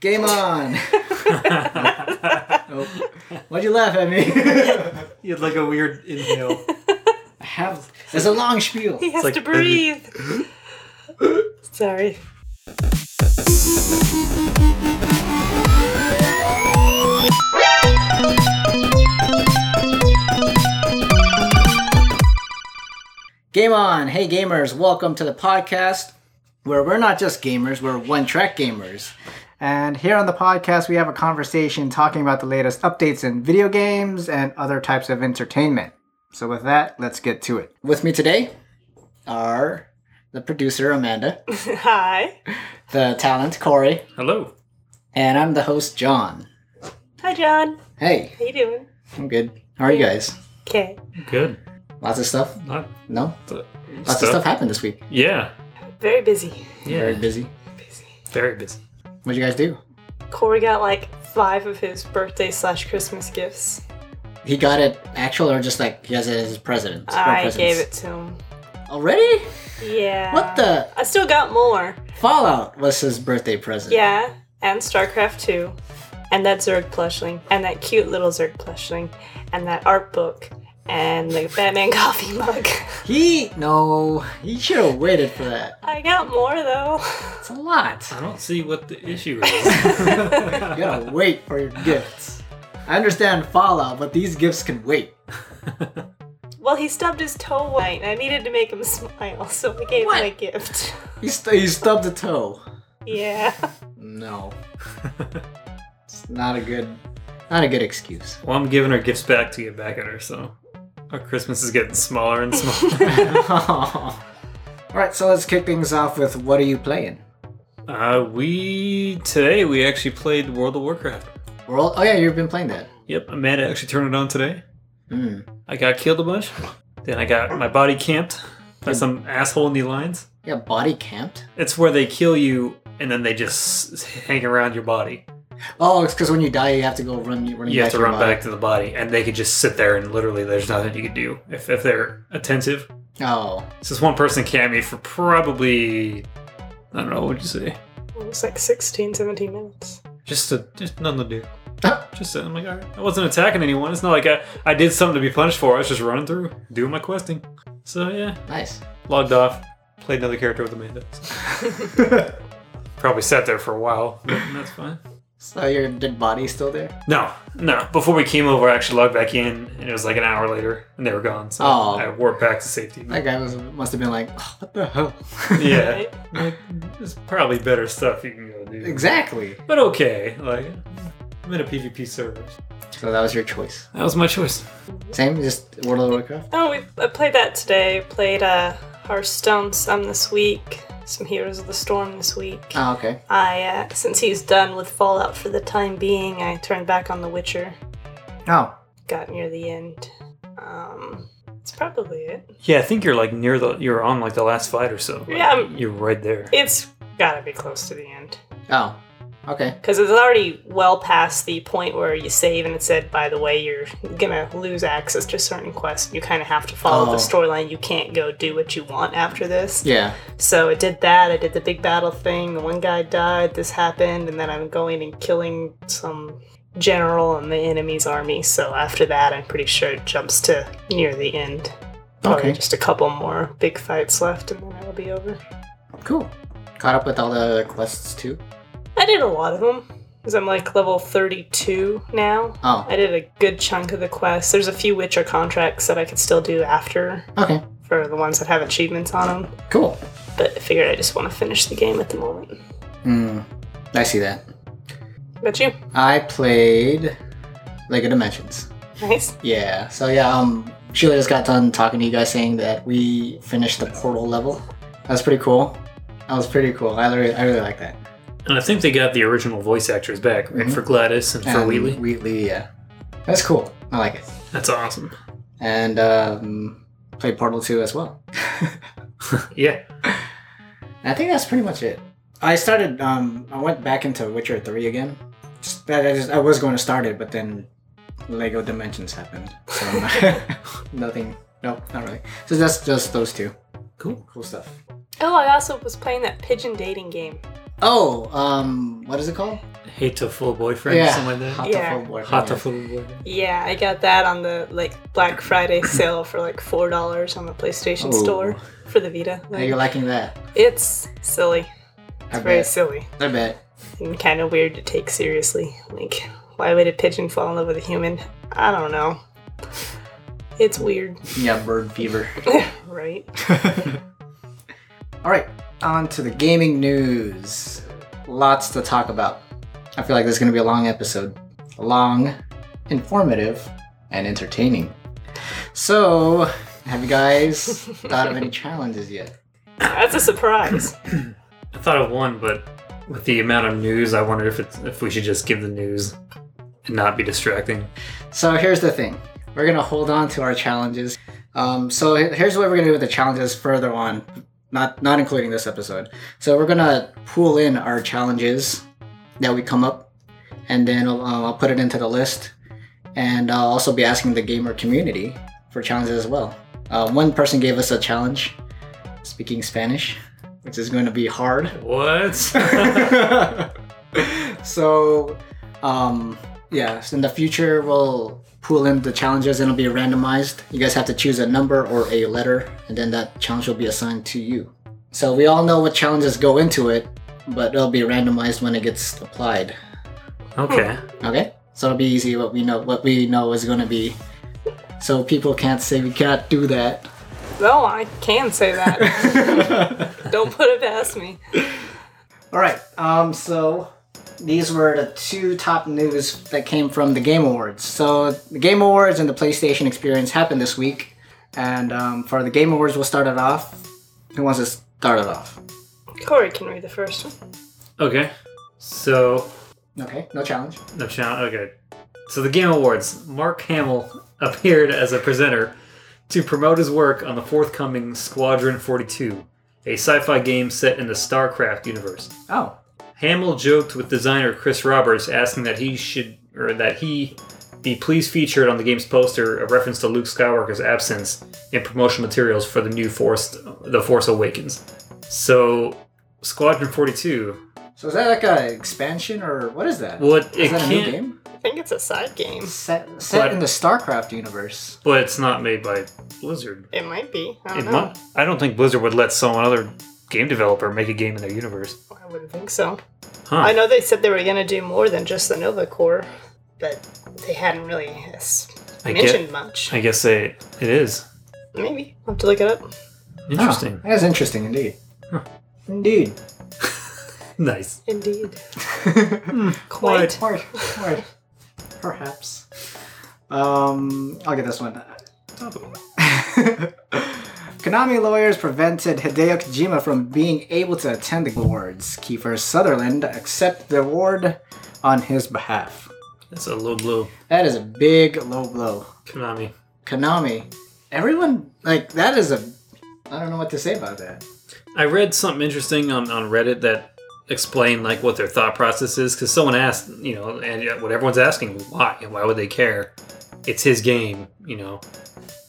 Game on. oh. Why'd you laugh at me? You had like a weird inhale. I have. It's a long spiel. He has like- to breathe. Sorry. Game on. Hey, gamers. Welcome to the podcast where we're not just gamers, we're one track gamers. And here on the podcast, we have a conversation talking about the latest updates in video games and other types of entertainment. So, with that, let's get to it. With me today are the producer, Amanda, Hi. the talent, Corey, Hello. and I'm the host, John. Hi, John. Hey, How you doing? I'm good. How are you guys? Okay. Good. Lots of stuff? Not No? the Lots of stuff happened this week. Yeah. Very busy. Very Yeah. Very, busy. Busy. busy. What'd you guys do? Corey got like five of his birthday slash Christmas gifts. He got it actual or just like he has it as his president? I gave it to him. Already? Yeah. What the? I still got more. Fallout was his birthday present. Yeah, and StarCraft 2, and that Zerg plushling, and that cute little Zerg plushling, and that art book, and the Batman coffee mug. He, no, he should have waited for that. I got more though. It's a lot. I don't see what the issue is. You gotta wait for your gifts. I understand Fallout, but these gifts can wait. Well, he stubbed his toe one night, and I needed to make him smile, so I gave What? him a gift. He, st- he stubbed a toe. Yeah. No. it's not a good, not a good excuse. well, I'm giving her gifts back to get back at her, so our Christmas is getting smaller and smaller. All right, so let's kick things off with what are you playing? uh, we today we actually played World of Warcraft. World? Oh yeah, you've been playing that. Yep, Amanda actually turned it on today. Hmm. I got killed a bunch. Then I got my body camped by some asshole in the lines. Yeah, body camped. It's where they kill you and then they just hang around your body. Oh, it's because when you die, you have to go run. Running You have back to your run body. back to the body, and they could just sit there and literally there's nothing you could do if, if they're attentive. Oh, So this one person camped me for probably I don't know what'd you say, It was like 16, 17 minutes. just a just nothing to do. Just sitting, I'm like, all right. I wasn't attacking anyone. It's not like I, I did something to be punished for. I was just running through, doing my questing. So yeah, nice. logged off, played another character with Amanda. Probably sat there for a while. but That's fine. So your dead body's still there? No, no. Before we came over, I actually logged back in, and it was like an hour later, and they were gone. So Oh. I warped back to safety. That guy was must have been like, "Oh, what the hell? yeah, Right? like, there's probably better stuff you can go do. exactly. But okay, like I'm in a PvP server. So that was your choice. That was my choice. Same, just World of Warcraft. Oh, we, I played that today. Played uh, Hearthstone some this week. Some Heroes of the Storm this week. Oh, okay. I, uh, since he's done with Fallout for the time being, I turned back on The Witcher. Oh, Got near the end. Um, it's probably it. Yeah, I think you're like near the. You're on like the last fight or so. Like, Yeah, I'm- you're right there. It's gotta be close to the end. oh, okay. Because it's already well past the point where you save and it said, by the way, you're gonna lose access to certain quests. You kind of have to follow Oh. the storyline. You can't go do what you want after this. Yeah. So I did that. I did the big battle thing. The one guy died. This happened, and then I'm going and killing some general in the enemy's army. So after that, I'm pretty sure it jumps to near the end. Probably Okay. just a couple more big fights left, and then it'll be over. Cool. Caught up with all the other quests too. I did a lot of them because I'm like level 32 now. Oh, I did a good chunk of the quests. There's a few Witcher contracts that I could still do after okay. for the ones that have achievements on them. Cool. But I figured I just want to finish the game at the moment. Hmm. I see that. But you, I played Lego Dimensions. nice. Yeah. So yeah, um, Sheila just got done talking to you guys, saying that we finished the portal level. That was pretty cool. That was pretty cool. I really, I really like that. And I think they got the original voice actors back, right? For Gladys and for And Wheatley. Wheatley, yeah. That's cool. I like it. That's awesome. And um, played Portal Two as well. Yeah. And I think that's pretty much it. I started. Um, I went back into Witcher Three again. Just, that I, just, I was going to start it, but then Lego Dimensions happened. So I'm not- nothing. No, not really. So that's just those two. Cool. Cool stuff. Oh, I also was playing that pigeon dating game. Oh, um, what is it called? Hateful boyfriend, Yeah. something like that. to Yeah. Full Boyfriend. Hateful boyfriend. Yeah, I got that on the like Black Friday sale for like four dollars on the PlayStation Ooh. store for the Vita. Now Like, you're liking that. it's silly. I It's very bet. silly I bet. and kind of weird to take seriously. Like, why would a pigeon fall in love with a human? I don't know. It's weird, Yeah, bird fever. right? All right, on to the gaming news. Lots to talk about. I feel like this is going to be a long episode. Long, informative, and entertaining. So, have you guys thought of any challenges yet? That's a surprise. I thought of one, but with the amount of news, I wonder if it's if we should just give the news and not be distracting. So, here's the thing we're going to hold on to our challenges. Um, so, he- here's what we're going to do with the challenges further on. Not, not including this episode. So we're gonna pull in our challenges that we come up, and then I'll, uh, I'll put it into the list. And I'll also be asking the gamer community for challenges as well. Uh, one person gave us a challenge, speaking Spanish, which is going to be hard. What? so, um, yeah, so in the future we'll pull in the challenges and it'll be randomized. You guys have to choose a number or a letter, and then that challenge will be assigned to you. So we all know what challenges go into it, but it'll be randomized when it gets applied. okay. Okay, so it'll be easy. What we know, what we know is going to be, so people can't say we can't do that. no, I can say that. Don't put it past me. All right. Um. So these were the two top news that came from the Game Awards. So the Game Awards and the PlayStation Experience happened this week, and um, for the Game Awards, we'll start it off. Who wants to start it off? Corey can read the first one. Okay. So Okay. No challenge. No challenge. Okay. So the Game Awards. Mark Hamill appeared as a presenter to promote his work on the forthcoming Squadron 42, a sci-fi game set in the StarCraft universe. Oh. Hamill joked with designer Chris Roberts, asking that he should or that he be please featured on the game's poster, a reference to Luke Skywalker's absence in promotional materials for the new Force, The Force Awakens. So, Squadron 42. So is that like a expansion or what is that? What it Is that a new can't, game? I think it's a side game. Set, set But- in the StarCraft universe. but it's not made by Blizzard. It might be. I It don't know. might, I don't think Blizzard would let someone other game developer make a game in their universe. I wouldn't think so. Huh. I know they said they were going to do more than just the Nova Corps, but they hadn't really s- I get- mentioned much. I guess they, it is. Maybe. I'll have to look it up. Interesting. Oh, that's interesting indeed. Indeed. Nice. Indeed. Quite. Or, or perhaps. Um, I'll get this one. Konami lawyers prevented Hideo Kojima from being able to attend the awards. Kiefer Sutherland accepted the award on his behalf. That's a low blow. That is a big low blow. Konami. Konami, everyone, like, that is a. I don't know what to say about that. I read something interesting on, on Reddit that explained like what their thought process is because someone asked, you know, and uh, what everyone's asking why and why would they care? It's his game, you know.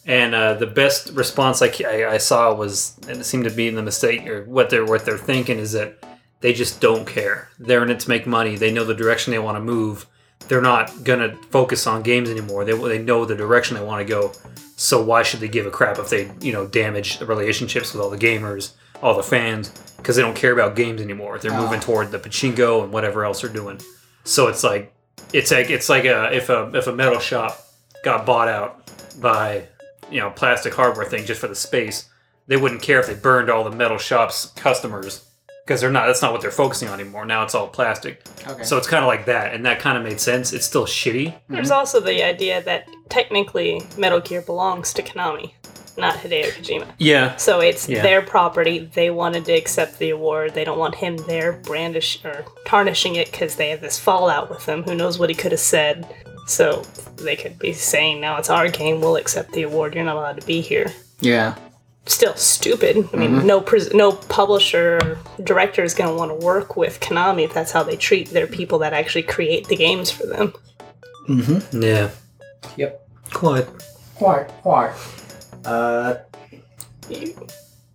And uh, the best response I, ca- I, I saw was, and it seemed to be in the mistake or what they're what they're thinking is that they just don't care. They're in it to make money. They know the direction they want to move. They're not gonna focus on games anymore. They they know the direction they want to go. So why should they give a crap if they, you know, damage the relationships with all the gamers, all the fans, because they don't care about games anymore. They're Ah. moving toward the pachinko and whatever else they're doing. So it's like, it's like it's like a if a if a metal shop got bought out by, you know, plastic hardware thing just for the space, they wouldn't care if they burned all the metal shop's customers because they're not. That's not what they're focusing on anymore. Now it's all plastic. Okay. So it's kind of like that, and that kind of made sense. It's still shitty. There's also the idea that technically Metal Gear belongs to Konami, not Hideo Kojima. Yeah. So it's Yeah. their property. They wanted to accept the award. They don't want him there brandish or tarnishing it because they have this fallout with him. Who knows what he could have said? So they could be saying, "Now it's our game. We'll accept the award. You're not allowed to be here." yeah. Still stupid. I mean, no pres- no publisher or director is going to want to work with Konami if that's how they treat their people that actually create the games for them. Yeah. Yep. Quite. Quite, quite. Uh, You-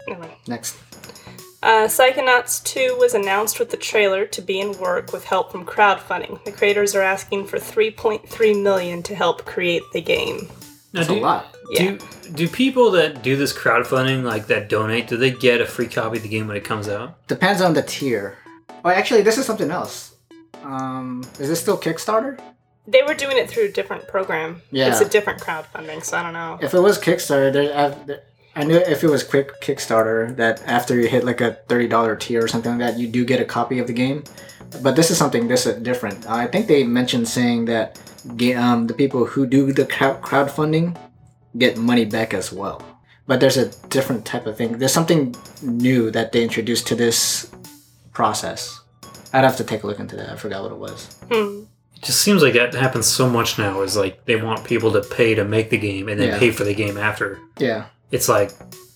never mind. next. Uh, Psychonauts 2 was announced with the trailer to be in work with help from crowdfunding. The creators are asking for 3.3 million to help create the game. Now, That's a do, lot. Yeah. do do people that do this crowdfunding like that donate? Do they get a free copy of the game when it comes out? Depends on the tier. Oh, actually, this is something else. Um, is this still Kickstarter? They were doing it through a different program. Yeah. It's a different crowdfunding, so I don't know. If it was Kickstarter, there, I, there- I knew if it was quick Kickstarter that after you hit like a thirty dollar tier or something like that, you do get a copy of the game. But this is something this is different. I think they mentioned saying that ga- um, the people who do the crowd crowdfunding get money back as well. But there's a different type of thing. There's something new that they introduced to this process. I'd have to take a look into that. I forgot what it was. Hmm. It just seems like that happens so much now. Is like they want people to pay to make the game and then Yeah. pay for the game after. Yeah. It's like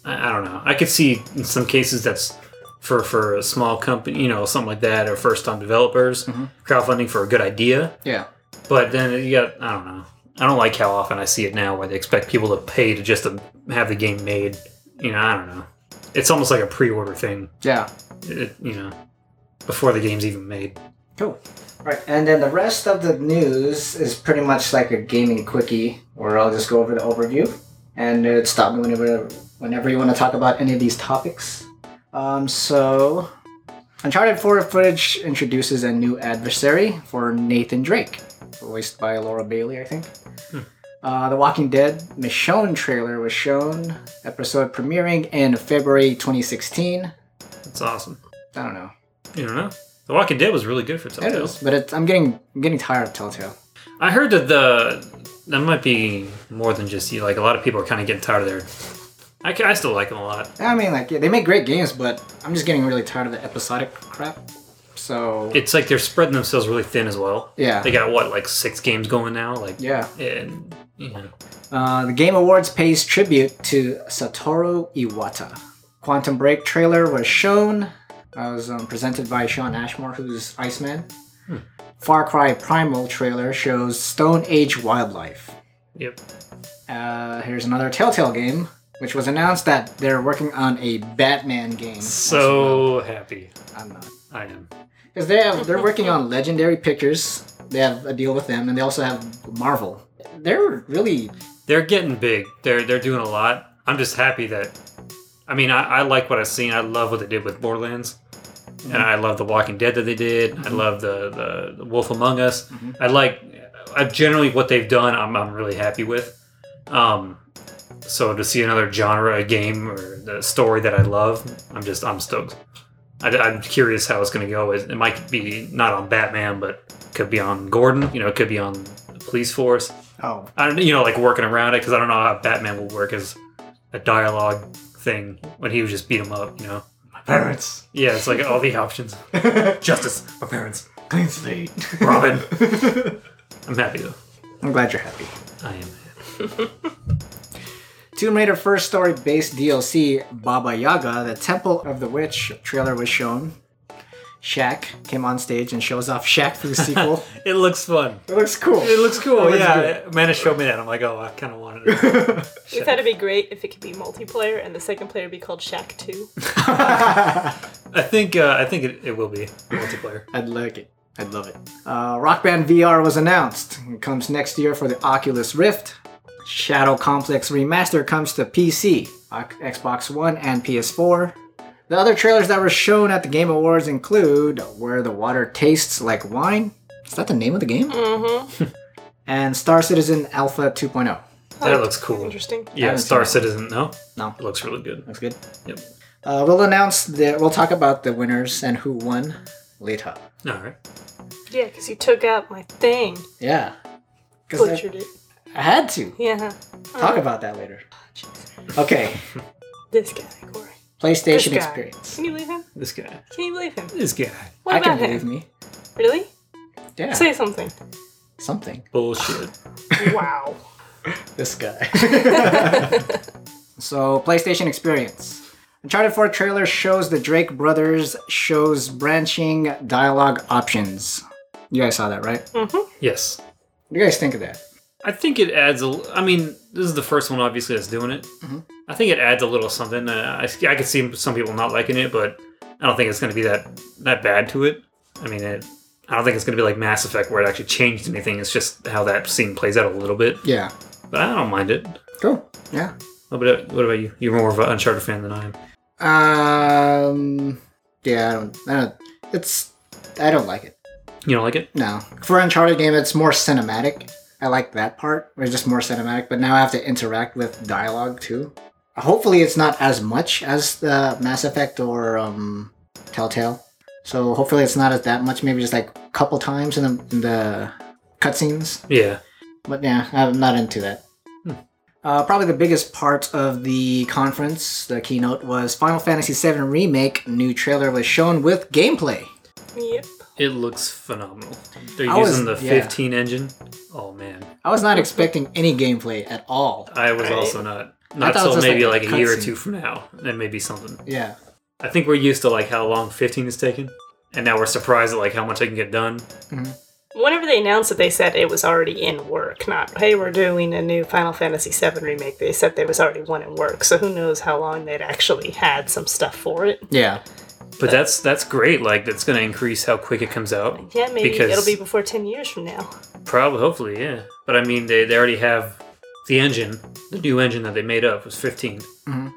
I, I don't know. I could see in some cases that's for for a small company, you know, something like that, or first time developers Mhm. crowdfunding for a good idea. Yeah. But then you got I don't know. I don't like how often I see it now where they expect people to pay to just to have the game made. You know, I don't know. It's almost like a pre-order thing. Yeah. It, you know, before the game's even made. Cool. Right, and then the rest of the news is pretty much like a gaming quickie, where I'll just go over the overview, and it stop me whenever whenever you want to talk about any of these topics. Um, so, Uncharted 4 footage introduces a new adversary for Nathan Drake, voiced by Laura Bailey, I think. Uh, the Walking Dead Michonne trailer was shown, episode premiering in February 2016. That's awesome. I don't know. You don't know. The Walking Dead was really good for It Telltale. is, but it's, I'm getting I'm getting tired of Telltale. I heard that the that might be more than just you. Like a lot of people are kind of getting tired of their. I, ca- I still like them a lot. I mean, like, yeah, they make great games, but I'm just getting really tired of the episodic crap. So, It's like they're spreading themselves really thin as well. yeah. They got what like six games going now. Like Yeah. and you know Uh, the Game Awards pays tribute to Satoru Iwata. Quantum Break trailer was shown. I was um, presented by Sean Ashmore, who's Iceman. Hmm. Far Cry Primal trailer shows Stone Age wildlife. yep. Uh, here's another Telltale game, which was announced that they're working on a Batman game. as well. So happy I'm not. I am. Because they have, they're working on Legendary Pictures. They have a deal with them, and they also have Marvel. They're really They're getting big. They're they're doing a lot. I'm just happy that. I mean, I, I like what I've seen. I love what they did with Borderlands, and I love The Walking Dead that they did. I love the, the the Wolf Among Us. I like. I generally what they've done. I'm I'm really happy with. Um, so to see another genre, a game, or the story that I love, I'm just I'm stoked. I, I'm curious how it's going to go. It, it might be not on Batman, but could be on Gordon. You know, it could be on the police force. oh I don't, you know, like working around it because I don't know how Batman will work as a dialogue thing when he would just beat him up, you know. my parents Yeah, it's like all the options. Justice, my parents, clean slate. Robin. I'm happy though. I'm glad you're happy. I am. Tomb Raider first story based DLC Baba Yaga: The Temple of the Witch trailer was shown. Shaq came on stage and shows off Shaq for the sequel. It looks fun. it looks cool. It looks cool. looks yeah, Mana showed me that. I'm like, oh, I kind of wanted it. We thought it'd be great if it could be multiplayer and the second player be called Shaq 2. I think uh, I think it, it will be multiplayer. I'd like it. I'd love it. Uh, Rock Band VR was announced. It comes next year for the Oculus Rift. Shadow Complex Remaster comes to PC, Oc- Xbox One, and PS4. The other trailers that were shown at the Game Awards include Where the Water Tastes Like Wine. Is that the name of the game? Mm-hmm. And Star Citizen Alpha oh. 2.0. That looks cool. Oh, Interesting. Yeah, haven't Star seen Citizen. No, No, it looks really good. looks good. Yep. Uh, we'll announce the. We'll talk about the winners and who won later. All right. Yeah, because you took out my thing. Yeah. Because I, Butchered it. I had to Yeah. talk about that later. Jeez. Okay. This guy, Corey. This PlayStation guy. experience. Can you believe him? This guy. Can you believe him? This guy. What I about can him? believe me. Really? Yeah. Say something. Something. Bullshit. wow. This guy. so PlayStation experience. Uncharted 4 trailer shows the Drake brothers shows branching dialogue options. You guys saw that, right? Mm-hmm. Yes. What do you guys think of that? I think it adds a. l- I mean, this is the first one, Mm-hmm. obviously, that's doing it. I think it adds a little something. Uh, I, I could see some people not liking it, but I don't think it's going to be that that bad to it. I mean, it, I don't think it's going to be like Mass Effect where it actually changed anything. It's just how that scene plays out a little bit. Yeah. But I don't mind it. Cool. Yeah. What about, what about you? You're more of an Uncharted fan than I am. Um. Yeah. I don't. I don't. It's. I don't like it. You don't like it? No. For Uncharted game, it's more cinematic. I like that part. Where it's just more cinematic, but now I have to interact with dialogue too. Hopefully, it's not as much as the Mass Effect or um, Telltale. So hopefully, it's not as that much. Maybe just like a couple times in the, in the cutscenes. Yeah. But yeah, I'm not into that. Hmm. Uh, probably the biggest part of the conference, the keynote, was Final Fantasy VII Remake. New trailer was shown with gameplay. Yep. It looks phenomenal. They're I using was- the yeah. 15 engine. Oh man, I was not expecting any gameplay at all. I was Right. also not. I Not thought it was till just maybe like like, a a year or cutscene. two from now. That may be something. Yeah, I think we're used to like how long 15 is taken, and now we're surprised at like how much I can get done. Whenever they announced it, they said it was already in work. Not, hey, we're doing a new Final Fantasy VII remake. They said there was already one in work. So who knows how long they'd actually had some stuff for it? yeah, But that's that's great. Like that's going to increase how quick it comes out. Yeah, maybe Because- it'll be before ten years from now. Probably, hopefully, yeah. But I mean, they, they already have the engine. The new engine that they made up was 15. Mm-hmm. Mhm.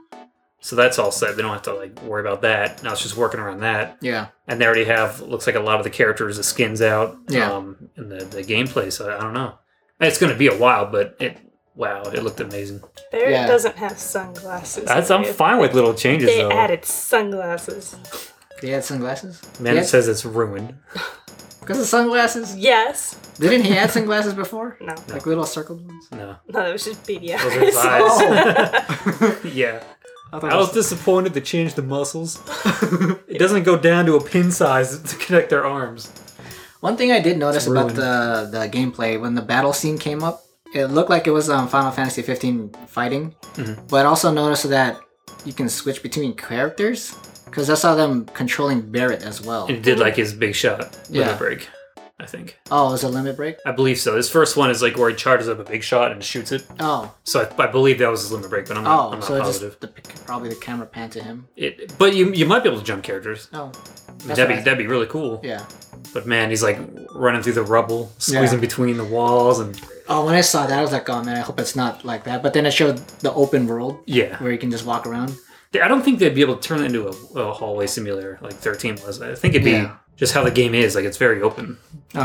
So that's all set. They don't have to like worry about that. Now it's just working around that. yeah. and they already have looks like a lot of the characters the skins out Yeah. um and the, the gameplay so i don't know it's going to be a while but it wow it looked amazing Barrett Yeah. doesn't have sunglasses. That's, i'm If fine with little changes They though added sunglasses. They had sunglasses. man Yeah. it says it's ruined Because of sunglasses. Yes. Didn't he had sunglasses before? No. Like little circled ones. no No, that was just beady those are his eyes. eyes yeah I thought i was disappointed they changed the muscles it doesn't go down to a pin size to connect their arms One thing I did notice It's about ruined. the the gameplay when the battle scene came up, it looked like it was um, Final Fantasy 15 fighting, Mhm. but I also noticed that you can switch between characters because I saw them controlling Barrett as well. and it did like his big shot with Yeah. a break i think Oh, it was a limit break. i believe so this first one is like where he charges up a big shot and shoots it Oh, So I, I believe that was his limit break, but I'm not, oh, I'm not so it positive. just the, probably the camera panned to him. It, but you you might be able to jump characters. Oh, I mean, That's that'd be right. that'd be really cool. yeah. But man, he's like running through the rubble, squeezing between the walls, and Oh, when I saw that, I was like, oh man, I hope it's not like that. But then it showed the open world yeah. where you can just walk around. They- I don't think they'd be able to turn it into a, a hallway simulator like 13 was. I think it'd be Yeah. just how the game is. Like it's very open.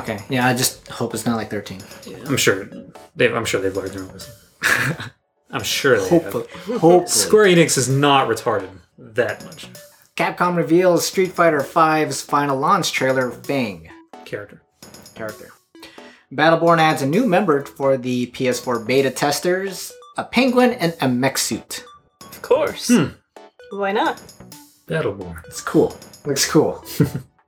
Okay, yeah, I just hope it's not like 13. I'm sure they've I'm sure they've learned their own lesson. I'm sure they Hopefully, have. hopefully. Square Enix is not retarded that much. Capcom reveals Street Fighter V's final launch trailer, Fang Character. character. Battleborn adds a new member for the PS4 beta testers, a penguin and a mech suit. Of course. Hmm. Why not? Battleborn. It's cool. Looks cool.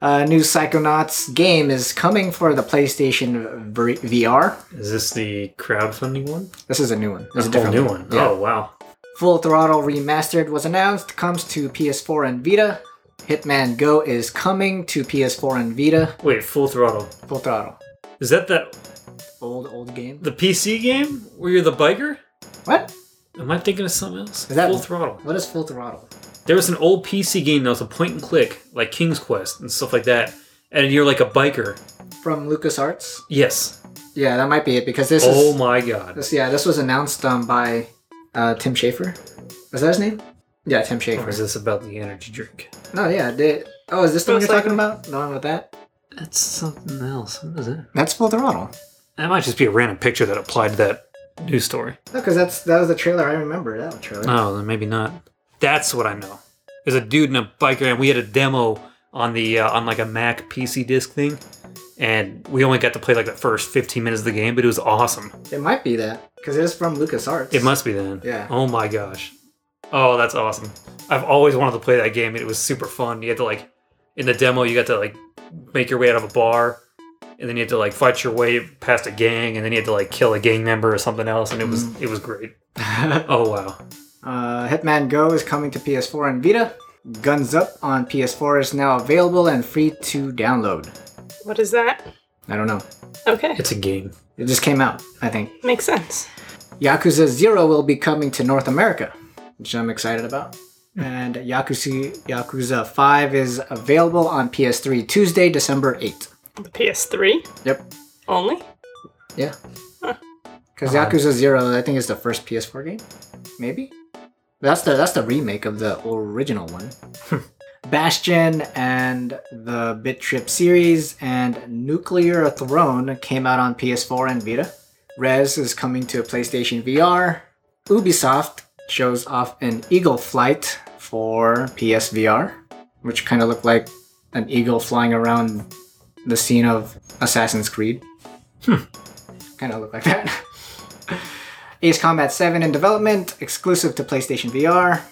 A new Psychonauts game is coming for the PlayStation v- VR. Is this the crowdfunding one? This is a new one. This That's is a whole new one. Yeah. Oh wow. Full Throttle Remastered was announced, comes to PS4 and Vita. Hitman Go is coming to PS4 and Vita. Wait, Full Throttle. Full Throttle. Is that that Old, old game. the PC game where you're the biker? What? Am I thinking of something else? Is that- Full Throttle? What is Full Throttle? There was an old PC game that was a point and click, like King's Quest and stuff like that, and you're like a biker. From LucasArts? Yes. Yeah, that might be it because this oh is my god. this yeah, this was announced um, by uh, Tim Schafer. Was that his name? Yeah, Tim Or Oh, is Schafer. this about the energy drink? No, yeah, they, oh, is this the one Looks you're talking like- about? The one with that? That's something else. What is it? That's Full Throttle. That might just be a random picture that applied to that news story. No, because that's that was the trailer. I remember that trailer. Oh, then maybe not. That's what I know. There's a dude in a biker, and we had a demo on the uh, on like a Mac PC disc thing, and we only got to play like the first 15 minutes of the game, but it was awesome. It might be that because it is from LucasArts. It must be then. Yeah. Oh my gosh. Oh, that's awesome. I've always wanted to play that game. and It was super fun. You had to like in the demo, you got to like make your way out of a bar, and then you had to like fight your way past a gang, and then you had to like kill a gang member or something else, and it was Mm. it was great. Oh wow. Uh, Hitman Go is coming to PS4 and Vita. Guns Up on PS4 is now available and free to download. What is that? I don't know. Okay, It's a game. It just came out, I think. makes sense. Yakuza Zero will be coming to North America, which I'm excited about. and Yakuza, Yakuza 5 is available on PS3 Tuesday, December 8th. The PS3 Yep. only? Yeah. Huh. Because Odd. Yakuza 0, I think, is the first PS4 game. Maybe? That's the that's the remake of the original one. Bastion and the Bit Trip series and Nuclear Throne came out on PS4 and Vita. Rez is coming to PlayStation VR. Ubisoft shows off an eagle flight for PSVR, which kind of looked like an eagle flying around the scene of Assassin's Creed. Kind of looked like that. Ace Combat 7 in development, exclusive to PlayStation VR.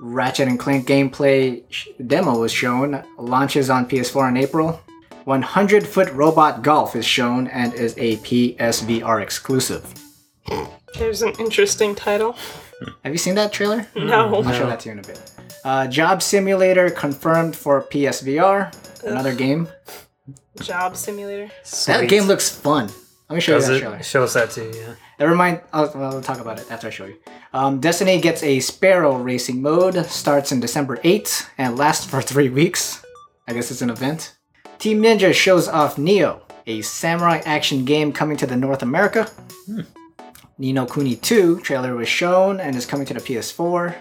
Ratchet and Clank gameplay sh- demo is shown, launches on PS4 in April. 100 Foot Robot Golf is shown and is a PSVR exclusive. There's an interesting title. Have you seen that trailer? I'll No. show that to you in a bit. Uh, Job Simulator confirmed for PSVR. Another game. Job simulator. That game looks fun. Let me show Does you that it? trailer. Show us that too. Yeah. Never mind. I'll, I'll talk about it after I show you. Um, Destiny gets a Sparrow racing mode. Starts in December 8th and lasts for three weeks. I guess it's an event. Team Ninja shows off Neo, a samurai action game coming to the North America. Nino Kuni 2 trailer was shown and is coming to the PS4.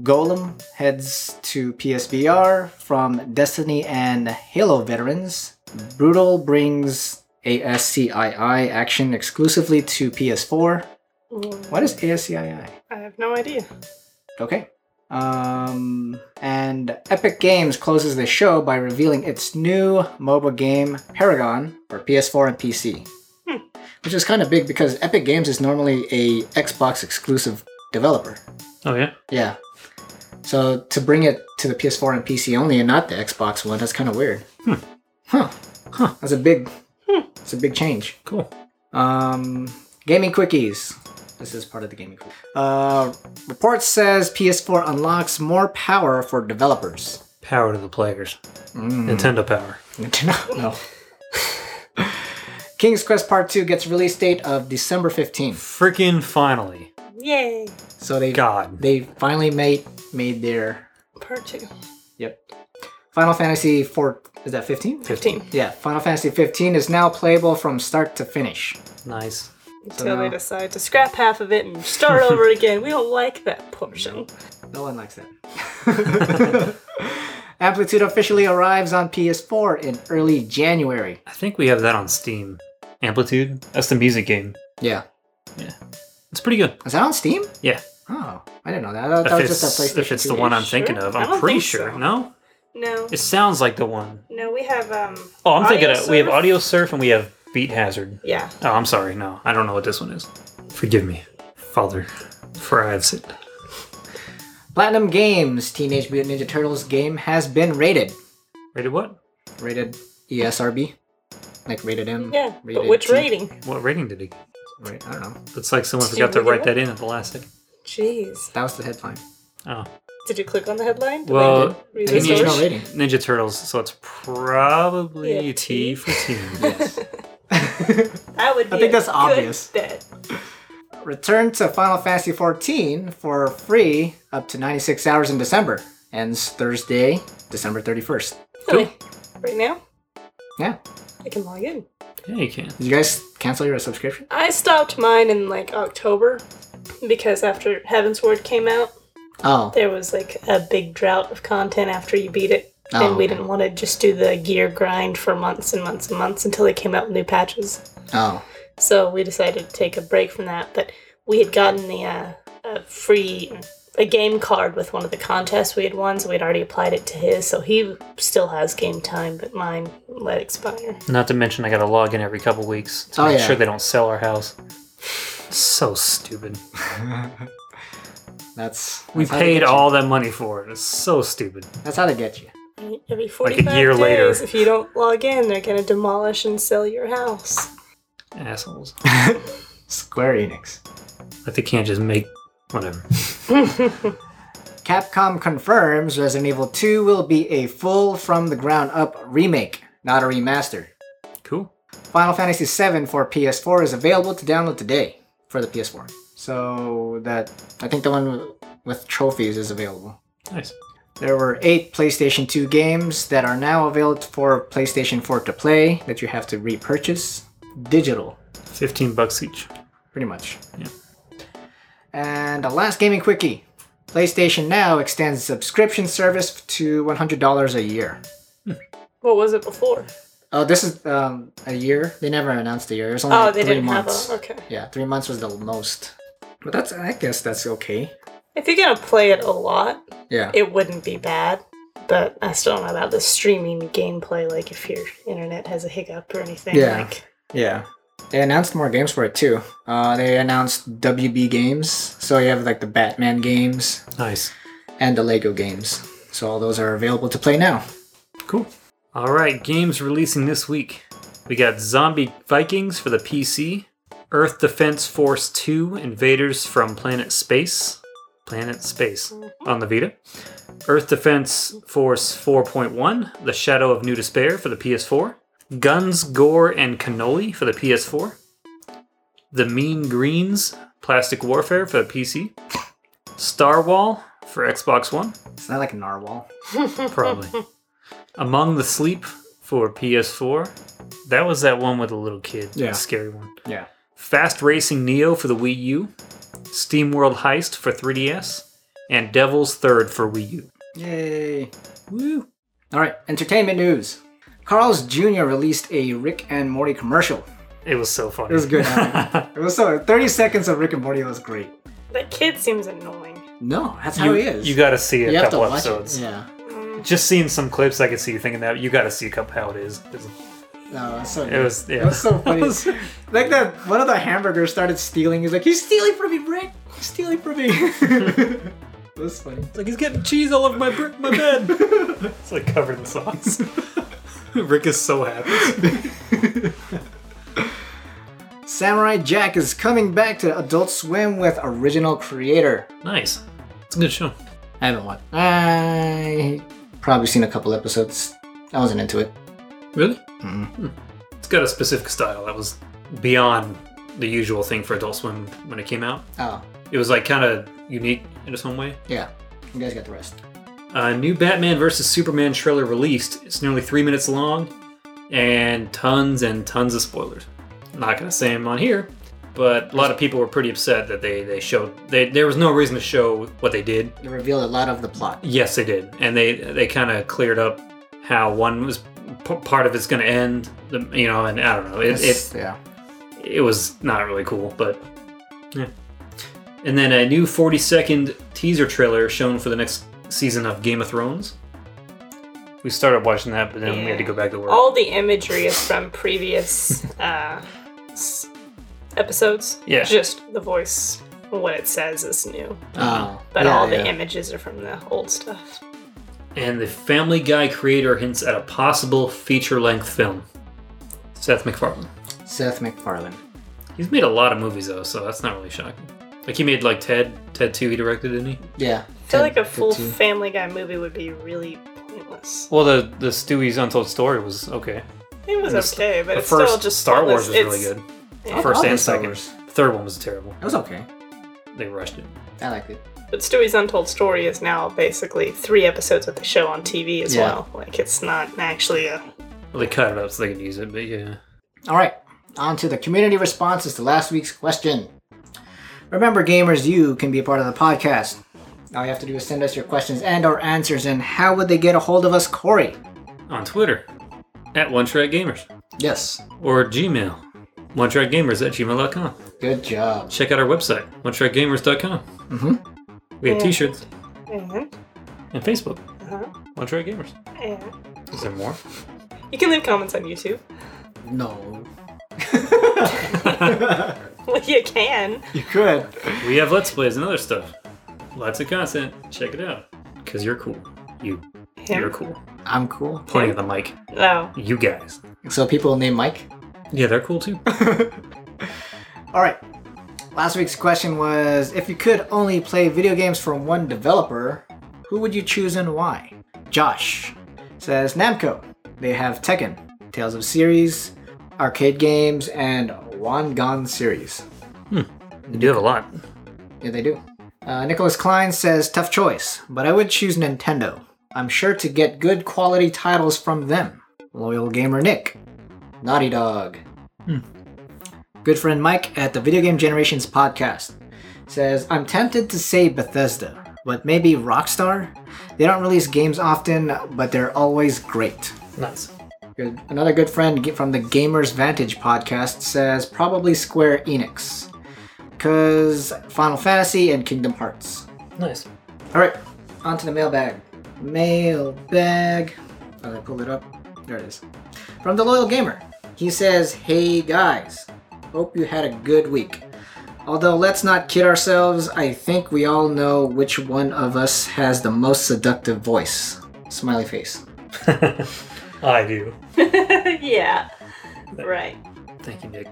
Golem heads to PSVR from Destiny and Halo veterans. Brutal brings ASCII action exclusively to PS4. Mm, What is ASCII? I have no idea. Okay. Um, and Epic Games closes the show by revealing its new MOBA game, Paragon, for PS4 and PC. Hmm. Which is kind of big because Epic Games is normally a Xbox exclusive developer. Oh yeah. Yeah. So to bring it to the PS4 and PC only and not the Xbox one, that's kind of weird. Huh. Hmm. Huh. Hmm. That's a big. It's a big change. Cool. Um, gaming quickies. This is part of the gaming. Quickies. Uh, report says PS4 unlocks more power for developers. Power to the players. Mm. Nintendo power. no. King's Quest Part Two gets release date of December fifteenth. Freaking finally. Yay. So they God. they finally made made their Part two. yep. Final Fantasy four is that fifteen? 15. Yeah, Final Fantasy 15 is now playable from start to finish. Nice. So Until Oh, now- they decide to scrap half of it and start over again. We don't like that portion. No one likes that. Amplitude officially arrives on PS4 in early January. I think we have that on Steam. Amplitude. That's the music game. Yeah. It's pretty good. Is that on Steam? Yeah. Oh, I didn't know that. I thought that if was just a it's, PlayStation if it's the 2. one I'm sure? thinking of, I I'm don't pretty think sure. so. No, No. it sounds like the one. No, we have um Oh, I'm thinking Audio of, we have Surf? Audio Surf and we have Beat Hazard. yeah. Oh, I'm sorry. No, I don't know what this one is. Forgive me, Father, for I've sinned. Platinum Games Teenage Mutant Ninja Turtles game has been rated. Rated what? Rated E ESRB? Like rated M? Yeah. But rated which T, rating? What rating did he? get? Right, I don't know. It's like someone Did forgot to we get write it? that in at the last second. Jeez. That was the headline. Oh, Did you click on the headline? well, It Rated. Read is the Teenage no source? rating. Ninja Turtles. So it's probably Yeah, T T. for teen. Yes. That would be I think a that's good obvious. bet. Return to Final Fantasy XIV for free up to 96 hours in December. Ends Thursday, December 31st. Cool. Right now? Yeah. I can log in. Yeah, you can. Did you guys cancel your subscription? I stopped mine in like October because after Heaven's Word came out, Oh, there was like a big drought of content after you beat it. Oh. And we didn't want to just do the gear grind for months and months and months until they came out with new patches. oh. So we decided to take a break from that. But we had gotten the uh, a free a game card with one of the contests we had won, so we had already applied it to his. So he still has game time, but mine let expire. Not to mention, I got to log in every couple weeks to Oh, make yeah. sure they don't sell our house. So stupid. That's, We that's how they paid get you. all that money for it. It's so stupid. That's how they get you. Every Like a 45 year days, later. if you don't log in, they're going to demolish and sell your house. Assholes. Square Enix. Like they can't just make whatever. Capcom confirms Resident Evil 2 will be a full from the ground up remake, not a remaster. Cool. Final Fantasy VII for PS4 is available to download today for the PS4. So that I think the one with trophies is available. Nice. There were eight PlayStation 2 games that are now available for PlayStation 4 to play that you have to repurchase digital, 15 bucks each. pretty much. Yeah. And the last gaming quickie PlayStation Now extends subscription service to $100 a year. What was it before? Oh, this is um, a year. They never announced a year. It was only Uh, Oh, like they 3 didn't months. have a. Okay. Yeah, three months was the most. But that's, I guess that's okay. If you're gonna play it a lot, Yeah. it wouldn't be bad. But I still don't know about the streaming gameplay. Like if your internet has a hiccup or anything. Yeah. Like, Yeah. They announced more games for it too. Uh, they announced WB games. So you have like the Batman games Nice. and the Lego games. So all those are available to play now. Cool. All right, games releasing this week. We got Zombie Vikings for the PC, Earth Defense Force 2 Invaders from Planet Space, Planet Space on the Vita, Earth Defense Force 4.1 The Shadow of New Despair for the PS4, Guns, Gore, and Cannoli for the PS4, The Mean Greens Plastic Warfare for the PC, Starwall for Xbox One, It's not like a narwhal. Probably. Among the Sleep for PS4. That was that one with the little kid. Yeah. The scary one. Yeah. Fast Racing Neo for the Wii U. SteamWorld Heist for 3DS. And Devil's Third for Wii U. Yay. Woo! All right, entertainment news. Carl's Jr. released a Rick and Morty commercial. It was so funny. It was good. it was so 30 seconds of Rick and Morty was great. that kid seems annoying. No, that's you, how he is. You got to see a You have to couple watch episodes. it. Yeah. Just seeing some clips, I could see you thinking that you got to see a couple how it is. No, that's so It was. Yeah. It was so funny. was- like that one of the hamburgers started stealing. He's like, he's stealing from me, Rick. He's stealing from me. it was funny. Like he's getting cheese all over my br- my bed. it's like covered in sauce. Rick is so happy. Samurai Jack is coming back to Adult Swim with original creator. Nice. It's a good show. I haven't watched. I probably seen a couple episodes. I wasn't into it. Really? Hmm. It's got a specific style that was beyond the usual thing for Adult Swim when it came out. Oh, It was like kind of unique in its own way. yeah. You guys got the rest. A new Batman vs Superman trailer released. It's nearly three minutes long, and tons and tons of spoilers. Not gonna say them on here, but a lot of people were pretty upset that they they showed they there was no reason to show what they did. It revealed a lot of the plot. Yes, they did, and they they kind of cleared up how one was p- part of it's gonna end. The, you know, and I don't know. It, it It's- yeah. it was not really cool, but yeah. And then a new 40 second teaser trailer shown for the next season of Game of Thrones. We started watching that, but then we had to go back to work. All the imagery is from previous uh, s- episodes. Yeah. Just the voice, what it says is new. Oh, But yeah, all the yeah. images are from the old stuff. And the Family Guy creator hints at a possible feature length film. Seth MacFarlane. Seth MacFarlane. He's made a lot of movies though, so that's not really shocking. Like he made like Ted, Ted 2 he directed, didn't he? Yeah. I feel like a full 15. Family Guy movie would be really pointless. Well the the Stewie's Untold Story was okay. It was The s- okay, but the it's first still just Star Wars pointless. was really It's- good. yeah. First All the and Star second. Wars. Third one was terrible. It was okay. They rushed it. I liked it. But Stewie's Untold Story is now basically three episodes of the show on TV as Yeah. well. Like it's not actually a Well, they cut it up so they could use it, but yeah. All right, on to the community responses to last week's question. Remember, gamers, you can be a part of the podcast. All you have to do is send us your questions and our answers. And how would they get a hold of us, Corey? On Twitter, at One Track Gamers, Yes. or Gmail, One Track Gamers at gmail.com. Good job. Check out our website, OneTrackGamers.com. Mm-hmm. We have Yeah. t shirts Mhm, and Facebook, uh-huh, One Track Gamers. yeah. Is there more? You can leave comments on YouTube. No. Well, you can. You could. we have Let's Plays and other stuff. Lots of content. Check it out. Because you're cool. You. You're cool. I'm cool. Pointing at the mic. No. You guys. So people named Mike. Yeah, they're cool too. All right. Last week's question was if you could only play video games from one developer, who would you choose and why? Josh says Namco. They have Tekken, Tales of Series, arcade games, and Wangan series. You do have a lot. Yeah, they do. Uh, Nicholas Klein says, tough choice, but I would choose Nintendo. I'm sure to get good quality titles from them. Loyal gamer Nick. Naughty Dog. Hmm. Good friend Mike at the Video Game Generations podcast says, I'm tempted to say Bethesda, but maybe Rockstar? They don't release games often, but they're always great. Nice. Good. Another good friend ge- from the Gamers Vantage podcast says probably Square Enix. Because Final Fantasy and Kingdom Hearts. Nice. Alright, on to the mailbag. Mailbag. Oh, Did I pull it up? There it is. From the Loyal Gamer. He says, Hey guys, hope you had a good week. Although, let's not kid ourselves, I think we all know which one of us has the most seductive voice. Smiley face. I do. yeah. Right. Thank you, Nick.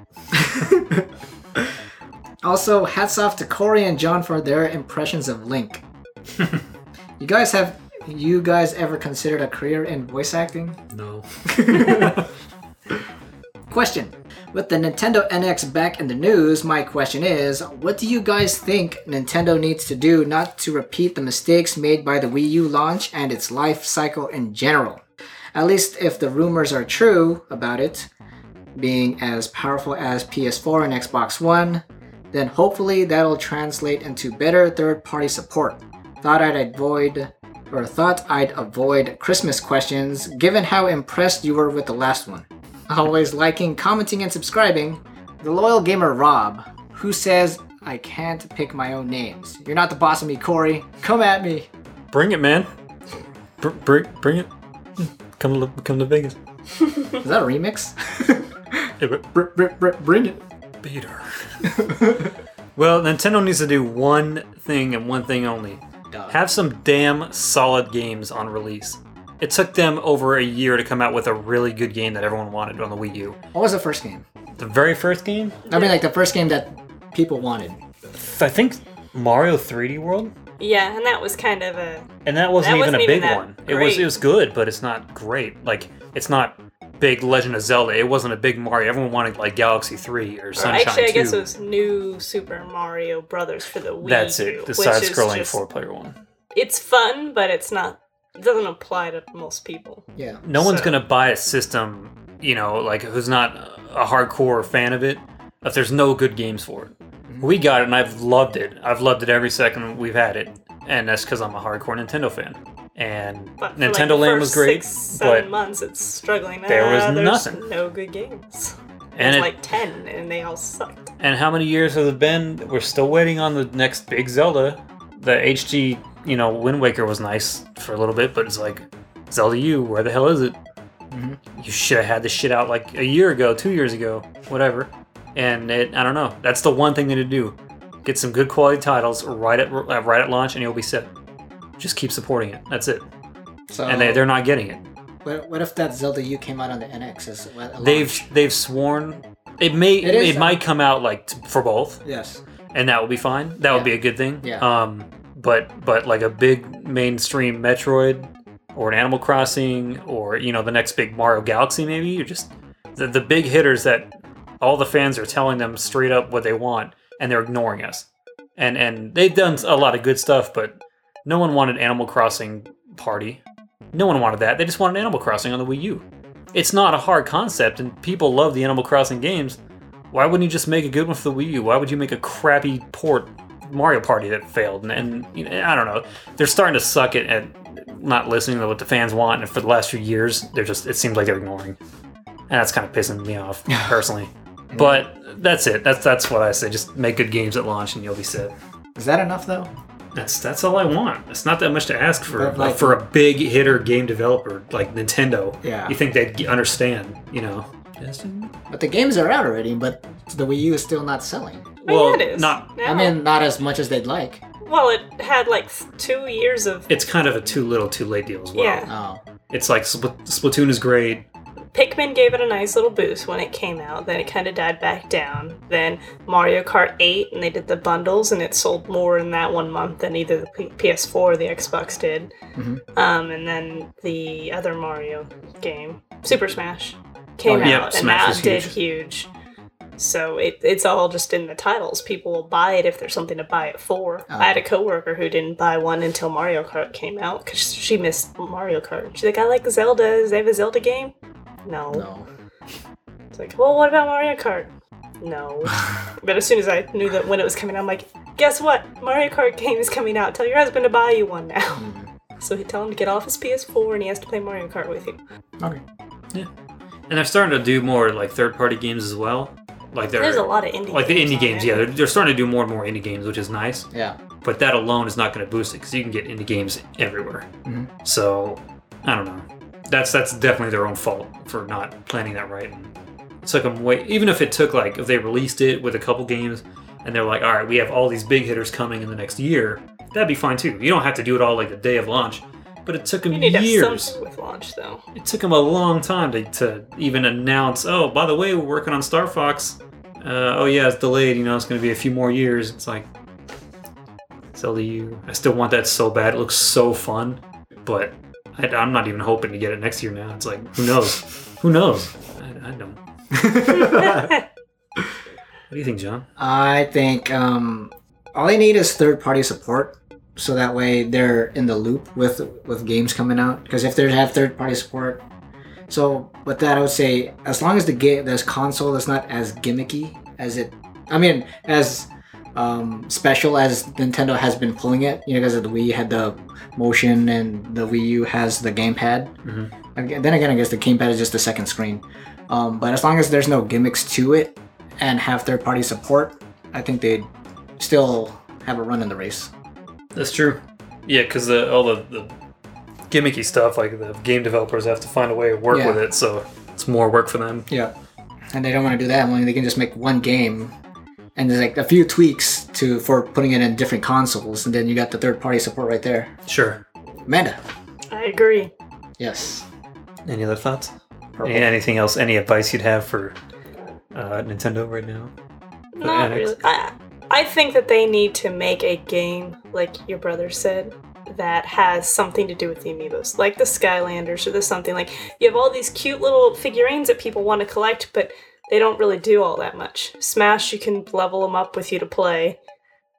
Also, hats off to Corey and John for their impressions of Link. you guys have you guys ever considered a career in voice acting? No. Question. With the Nintendo NX back in the news, my question is, what do you guys think Nintendo needs to do not to repeat the mistakes made by the Wii U launch and its life cycle in general? At least if the rumors are true about it being as powerful as PS4 and Xbox One, then hopefully that'll translate into better third-party support. Thought I'd avoid or thought I'd avoid Christmas questions given how impressed you were with the last one. Always liking, commenting, and subscribing. The loyal gamer Rob, who says, I can't pick my own names. You're not the boss of me, Corey. Come at me. Bring it, man. Br- bring, bring it. Come to, come to Vegas. Is that a remix? Hey, br- Br- br- br- bring it. Peter. well, Nintendo needs to do one thing and one thing only. Duh. Have some damn solid games on release. It took them over a year to come out with a really good game that everyone wanted on the Wii U. What was the first game? The very first game, I mean, like the first game that people wanted. I think Mario 3D World, Yeah, and that was kind of a and that wasn't That even wasn't a even big that one. It was it great. was good, but it's not great. Like it's not big Legend of Zelda. It wasn't a big Mario. Everyone wanted like Galaxy 3 or Sunshine Actually, 2. I guess it was New Super Mario Brothers for the Wii. That's U, it. The which side is scrolling just- four player one. It's fun, but it's not. It doesn't apply to most people. Yeah. no one's So- gonna buy a system you know like who's not a hardcore fan of it if there's no good games for it we got it and i've loved it i've loved it every second we've had it and that's because i'm a hardcore nintendo fan and But for, like, nintendo the land first was great Six, seven but months, it's struggling. there was Ah, there's nothing. No good games. and It's it, like ten, and they all sucked. and how many years has it been that we're still waiting on the next big zelda the hd you know wind waker was nice for a little bit but it's like zelda u where the hell is it Mhm. you should have had this shit out like a year ago, two years ago, whatever. And it, I don't know. That's the one thing to do: get some good quality titles right at uh, right at launch, and you'll be set. Just keep supporting it. That's it. So, And they, they're not getting it. what, what if that Zelda U came out on the NX? Is what, a They've launch? they've sworn it may It it, is, uh, might come out like t- for both, Yes. and that would be fine. That Yeah. would be a good thing. Yeah. Um, but but like a big mainstream Metroid or an Animal Crossing or you know the next big Mario Galaxy maybe you're just the, the big hitters that all the fans are telling them straight up what they want and they're ignoring us. And and they've done a lot of good stuff, but no one wanted Animal Crossing Party. No one wanted that. They just wanted Animal Crossing on the Wii U. It's not a hard concept, and people love the Animal Crossing games. Why wouldn't you just make a good one for the Wii U? Why would you make a crappy port Mario Party that failed? And, and you know, I don't know. They're starting to suck at, at not listening to what the fans want. And for the last few years, they're just it seems like they're ignoring, and that's kind of pissing me off personally. But that's it. That's that's what I say. Just make good games at launch, and you'll be set. Is that enough though? That's that's all I want. It's not that much to ask for But, like- for a big hitter game developer like Nintendo. Yeah. you think they'd g- understand? You know. But the games are out already, but the Wii U is still not selling. Well, yeah, it is. not. Now- I mean, not as much as they'd like. well, it had like two years of It's kind of a too little, too late deal as well. Yeah. Oh, It's like Spl- Splatoon is great. Pikmin gave it a nice little boost when it came out, then it kind of died back down. Then Mario Kart 8, and they did the bundles, and it sold more in that one month than either the P- PS4 or the Xbox did. Mhm. Um, and then the other Mario game, Super Smash, came Oh, yeah. out, Yep, and Smash that was did huge. So it, it's all just in the titles. People will buy it if there's something to buy it for. I had a coworker who didn't buy one until Mario Kart came out because she missed Mario Kart. She's like, I like Zelda. Is they have a Zelda game? No. No. It's like, well, what about Mario Kart? No. Hmm, but as soon as I knew that when it was coming out, I'm like, guess what? Mario Kart game is coming out. Tell your husband to buy you one now. Mm. So he tell him to get off his PS4 and he has to play Mario Kart with you. Okay. And they're starting to do more like third party games as well. Like they're, There's a lot of indie like the indie on games, there. yeah. They're, they're starting to do more and more indie games, which is nice. Yeah. But that alone is not going to boost it because you can get indie games everywhere. Mhm. So I don't know. That's that's definitely their own fault for not planning that right. It took them way. Even if it took like if they released it with a couple games and they're like, all right, we have all these big hitters coming in the next year, that'd be fine too. You don't have to do it all like the day of launch. But it took them You need to have years something with launch, though. it took him a long time to, to even announce oh by the way we're working on star fox uh, oh yeah it's delayed you know it's going to be a few more years it's like sell to you i still want that so bad it looks so fun but I, i'm not even hoping to get it next year now it's like who knows who knows i, I don't what do you think john I think um, all they need is third party support, so that way they're in the loop with with games coming out. Because if they have third party support, so with that I would say as long as the game, this console is not as gimmicky as it, I mean as um, special as Nintendo has been pulling it. You know, because the Wii had the motion and the Wii U has the gamepad. Mhm. Again, then again, I guess the gamepad is just the second screen. Um, but as long as there's no gimmicks to it and have third party support, I think they'd still have a run in the race. that's true yeah because all the, the gimmicky stuff like the game developers have to find a way to work Yeah. with with it so it's more work for them Yeah. And they don't want to do that when they can just make one game and there's like a few tweaks to for putting it in different consoles and then you got the third party support right there. sure Amanda. I agree. Yes. any other thoughts Purple. Yeah, anything else? Any advice you'd have for uh, Nintendo right now? Not Alex? really. I, I think that they need to make a game, like your brother said, that has something to do with the amiibos, like the Skylanders or the something. Like you have all these cute little figurines that people want to collect, but they don't really do all that much. Smash, you can level them up with you to play.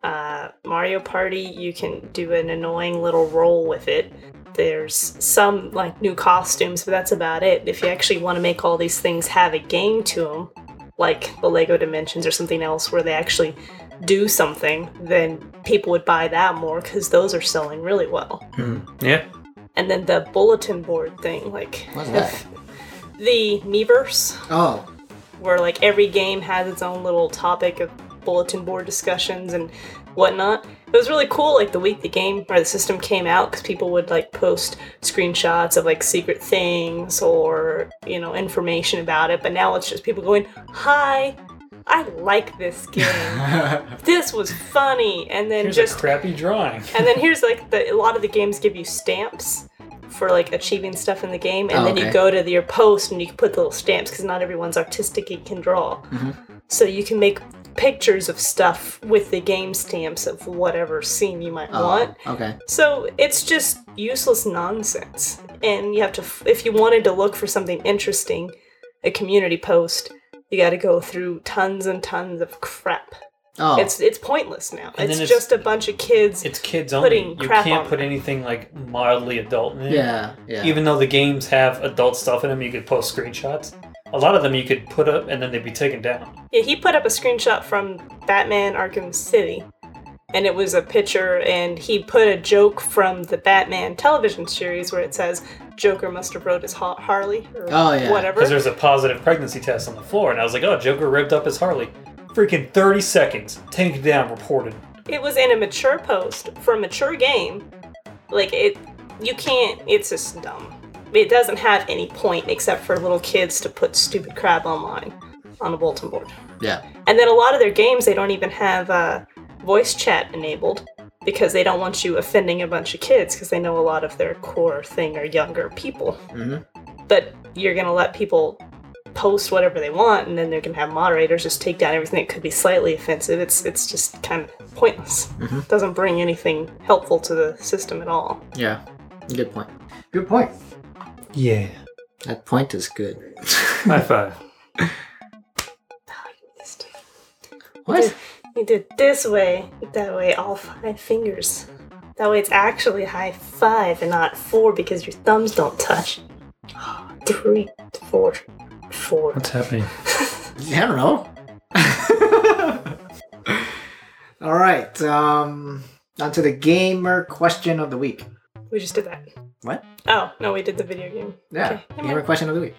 Uh, Mario Party, you can do an annoying little roll with it. There's some like new costumes, but that's about it. If you actually want to make all these things have a game to them, like the Lego Dimensions or something else where they actually do something, then people would buy that more because those are selling really well. Yeah, And then the bulletin board thing, like What's that? if the Miiverse, Oh. where like every game has its own little topic of bulletin board discussions and whatnot. It was really cool. Like the week the game or the system came out, because people would like post screenshots of like secret things or you know information about it. But now it's just people going, "Hi, I like this game. this was funny," and then just crappy drawing. and then here's like the, a lot of the games give you stamps for like achieving stuff in the game, and Oh, then okay. you go to the- your post and you can put the little stamps because not everyone's artistic and can draw. So you can make pictures of stuff with the game stamps of whatever scene you might Oh. want. Okay. So it's just useless nonsense. And you have to, f- if you wanted to look for something interesting, a community post, you got to go through tons and tons of crap. Oh. It's it's pointless now. And It's, then it's- just a bunch of kids. It's kids Putting only. You crap can't on put it. anything like mildly adult in it. yeah. Yeah. Even though the games have adult stuff in them, you could post screenshots. A lot of them you could put up and then they'd be taken down. Yeah, he put up a screenshot from Batman Arkham City. And it was a picture, and he put a joke from the Batman television series where it says Joker must have rode his Har- Harley or Oh, yeah. whatever. Because there's a positive pregnancy test on the floor, and I was like, oh, Joker ripped up his Harley. Freaking 30 seconds. Taken down, reported. It was in a mature post for a mature game. Like it, you can't. It's just dumb. It doesn't have any point except for little kids to put stupid crap online on a bulletin board. yeah. And then a lot of their games, they don't even have uh, voice chat enabled because they don't want you offending a bunch of kids because they know a lot of their core thing are younger people. Mhm. But you're going to let people post whatever they want and then they're going to have moderators just take down everything that could be slightly offensive. It's, it's just kind of pointless. Mhm. doesn't bring anything helpful to the system at all. Yeah. Good point. Good point. Yeah. That point is good. High five. fast. What? You did this way, that way, all five fingers. That way it's actually high five and not four because your thumbs don't touch. Three, four, four. What's happening? I don't know. All right. Um, on to the gamer question of the week. We just did that. What? Oh, no, we did the video game. Yeah. Okay, never Gamer mind. question of the week.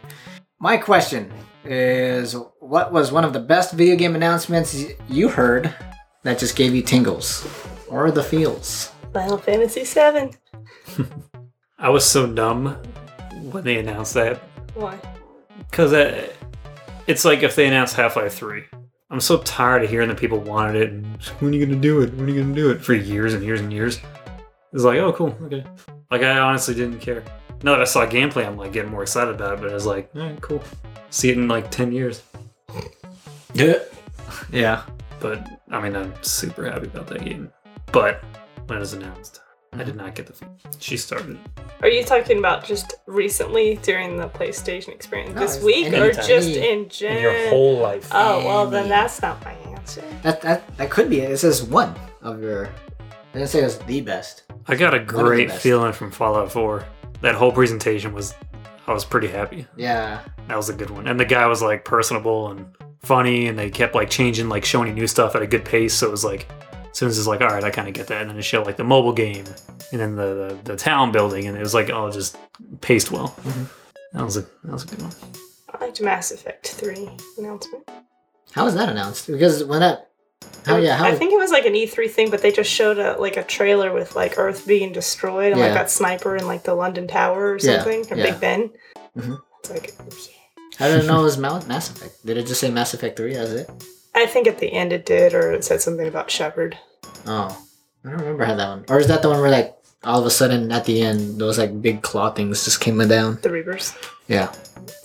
My question is what was one of the best video game announcements y- you heard that just gave you tingles or the feels? Final Fantasy VII. I was so numb when they announced that Why? because it's like if they announced Half Life Three. I'm so tired of hearing that people wanted it. And when are you gonna do it? When are you gonna do it? For years and years and years. It's like, oh, cool, okay. Like I honestly didn't care. Now that I saw gameplay, I'm like getting more excited about it. But I was like, all right, cool. See it in like ten years. Yeah, but I mean, I'm super happy about that game. But when it was announced, I did not get the. Feel. She started. Are you talking about just recently during the PlayStation experience No, this it's week or anytime. just Any- in general? life. Oh, well, Any. then that's not my answer. That, that, that could be it. It says one of your. I didn't say it was the best. I got a of the great best. feeling from Fallout 4. That whole presentation was, I was pretty happy. Yeah. That was a good one. And the guy was like personable and funny, and they kept like changing, like showing you new stuff at a good pace. So it was like, as soon as it's like, all right, I kind of get that. And then it showed like the mobile game and then the, the, the town building, and it was like, all just paced well. Mhm. That was a that was a good one. I liked Mass Effect 3 announcement. How was that announced? Because when that. How, Oh, yeah, how. I think it was like an E3 thing, but they just showed a like a trailer with like Earth being destroyed and Yeah. like that sniper in like the London Tower or Yeah, something, or yeah. Big Ben. Mhm. It's like, I didn't know it was Ma- Mass Effect. Did it just say Mass Effect 3? That's it? I think at the end it did, or it said something about Shepard. Oh. I don't remember how that one. Or is that the one where, like, all of a sudden at the end, those, like, big claw things just came down? The Reapers. Yeah.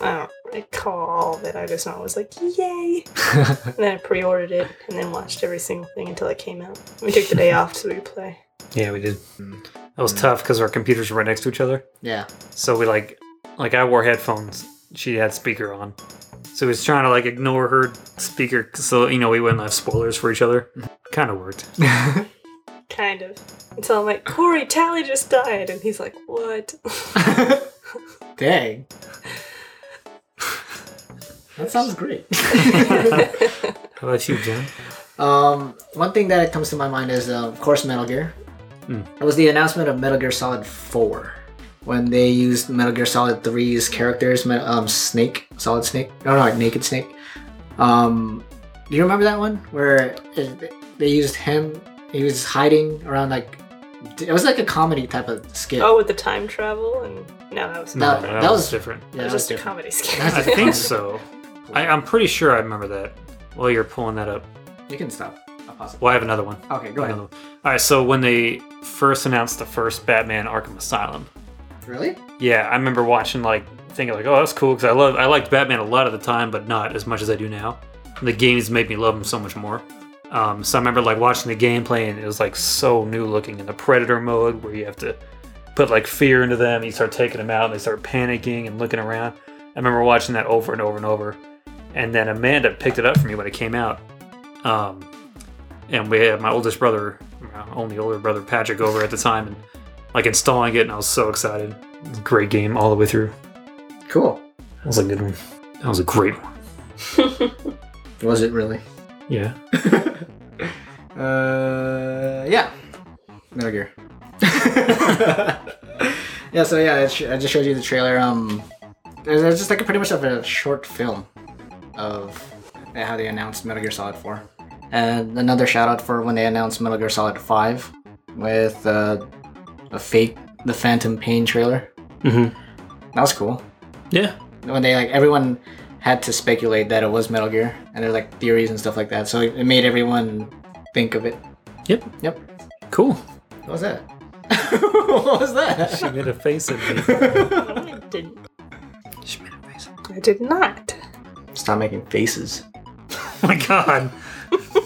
I don't recall all of it. I just know it was like, yay! and then I pre-ordered it, and then watched every single thing until it came out. We took the day off to replay. Yeah, we did. Mm. That was Mm. tough because our computers were right next to each other. yeah. So we like, like I wore headphones. She had speaker on, so he was trying to like ignore her speaker, so you know we wouldn't have spoilers for each other. Kind of worked. Kind of. Until I'm like, Corey, Tally just died, and he's like, what? Dang. That sounds great. How about you, John? um, one thing that comes to my mind is, uh, of course, Metal Gear. Mm. It was the announcement of Metal Gear Solid 4 when they used Metal Gear Solid 3's characters, Me- um, Snake, Solid Snake, no, no, Naked Snake. Um, do you remember that one where it, they used him? He was hiding around like it was like a comedy type of skit. oh, with the time travel? And no, that was, No, that one's was- different. yeah, that was that was just a different. comedy skit. That's I a think so. I, um, I'm pretty sure I remember that. While you're pulling that up, You can stop. I'll pause it. well, I have another one. Okay, go ahead. Another one. All right. So when they first announced the first Batman Arkham Asylum, Really? Yeah, I remember watching like thinking like, oh, that's cool because I love I liked Batman a lot at the time, but not as much as I do now. And the games made me love him so much more. Um, so I remember like watching the gameplay and it was like so new looking in the Predator mode where you have to put like fear into them. You start taking them out and they start panicking and looking around. I remember watching that over and over and over. And then Amanda picked it up for me when it came out. Um, and we had my oldest brother, my only older brother Patrick, over at the time and like installing it, and I was so excited. It was a great game all the way through. Cool. That was a good one. That was a great one. Was it really? Yeah. Uh, yeah. Metal Gear. yeah, so yeah, it sh- I just showed you the trailer. Um, there's, there's just like a pretty much of a short film of eh, how they announced Metal Gear Solid 4. And another shout out for when they announced Metal Gear Solid 5 with uh, a fake The Phantom Pain trailer. Mm-hmm. That was cool. Yeah. When they like everyone had to speculate that it was Metal Gear, and there's like theories and stuff like that. So it it made everyone think of it. Yep. Yep. Cool. What was that? what was She that? made a face at me. No, I didn't. I did not. Stop making faces. oh my god.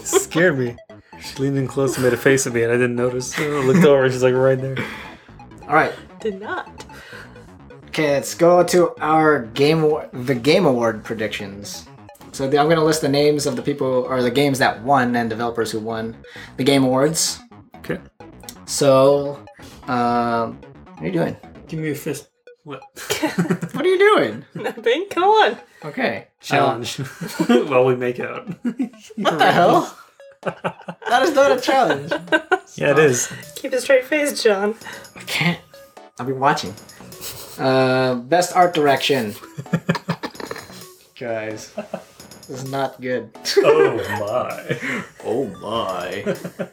scared me. She leaned in close and made a face at me, and I didn't notice. I looked over, and she's like right there. All right. Did not. Okay, let's go to our game award, the game award predictions. So the- I'm going to list the names of the people or the games that won and developers who won the Game Awards. Okay. So, um, what are you doing? Give me a fist. What? What are you doing? Nothing? Come on. Okay. Challenge. While we make out. What the hell? that is not a challenge. I Yeah, it is. Keep a straight face, John. can't. I'll be watching. Uh, best art direction. Guys, this is not good. Oh my. Oh my.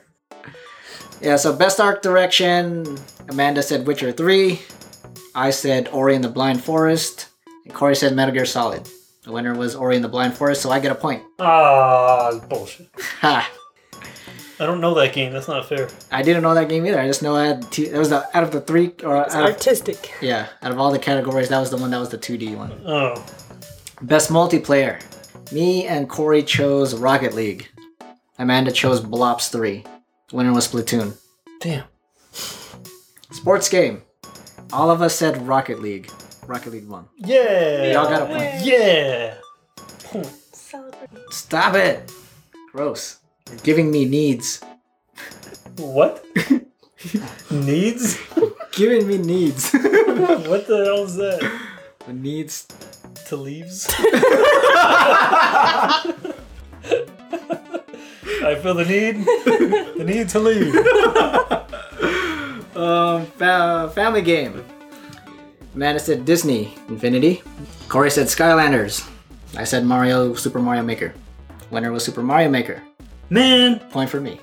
yeah, so best art direction. Amanda said Witcher 3. I said Ori and the Blind Forest. And Corey said Metal Gear Solid. The winner was Ori and the Blind Forest, so I get a point. Ah, bullshit. Ha! I don't know that game. That's not fair. I didn't know that game either. I just know I had two, that was the out of the three or It's out of, artistic. yeah, out of all the categories, that was the one that was the 2D one. Oh. Best multiplayer. Me and Corey chose Rocket League. Amanda chose Blops 3. The winner was Splatoon. Damn. Sports game. All of us said Rocket League. Rocket League won. Yeah. Y'all got a point. Yeah. Stop it! Gross. You're giving me needs. What? Needs? Giving me needs. What the hell is that? needs. To leaves? I feel the need. The need to leave. Um, fa- family game. Amanda said Disney Infinity. Corey said Skylanders. I said Mario Super Mario Maker. Winner was Super Mario Maker. Man. Point for me.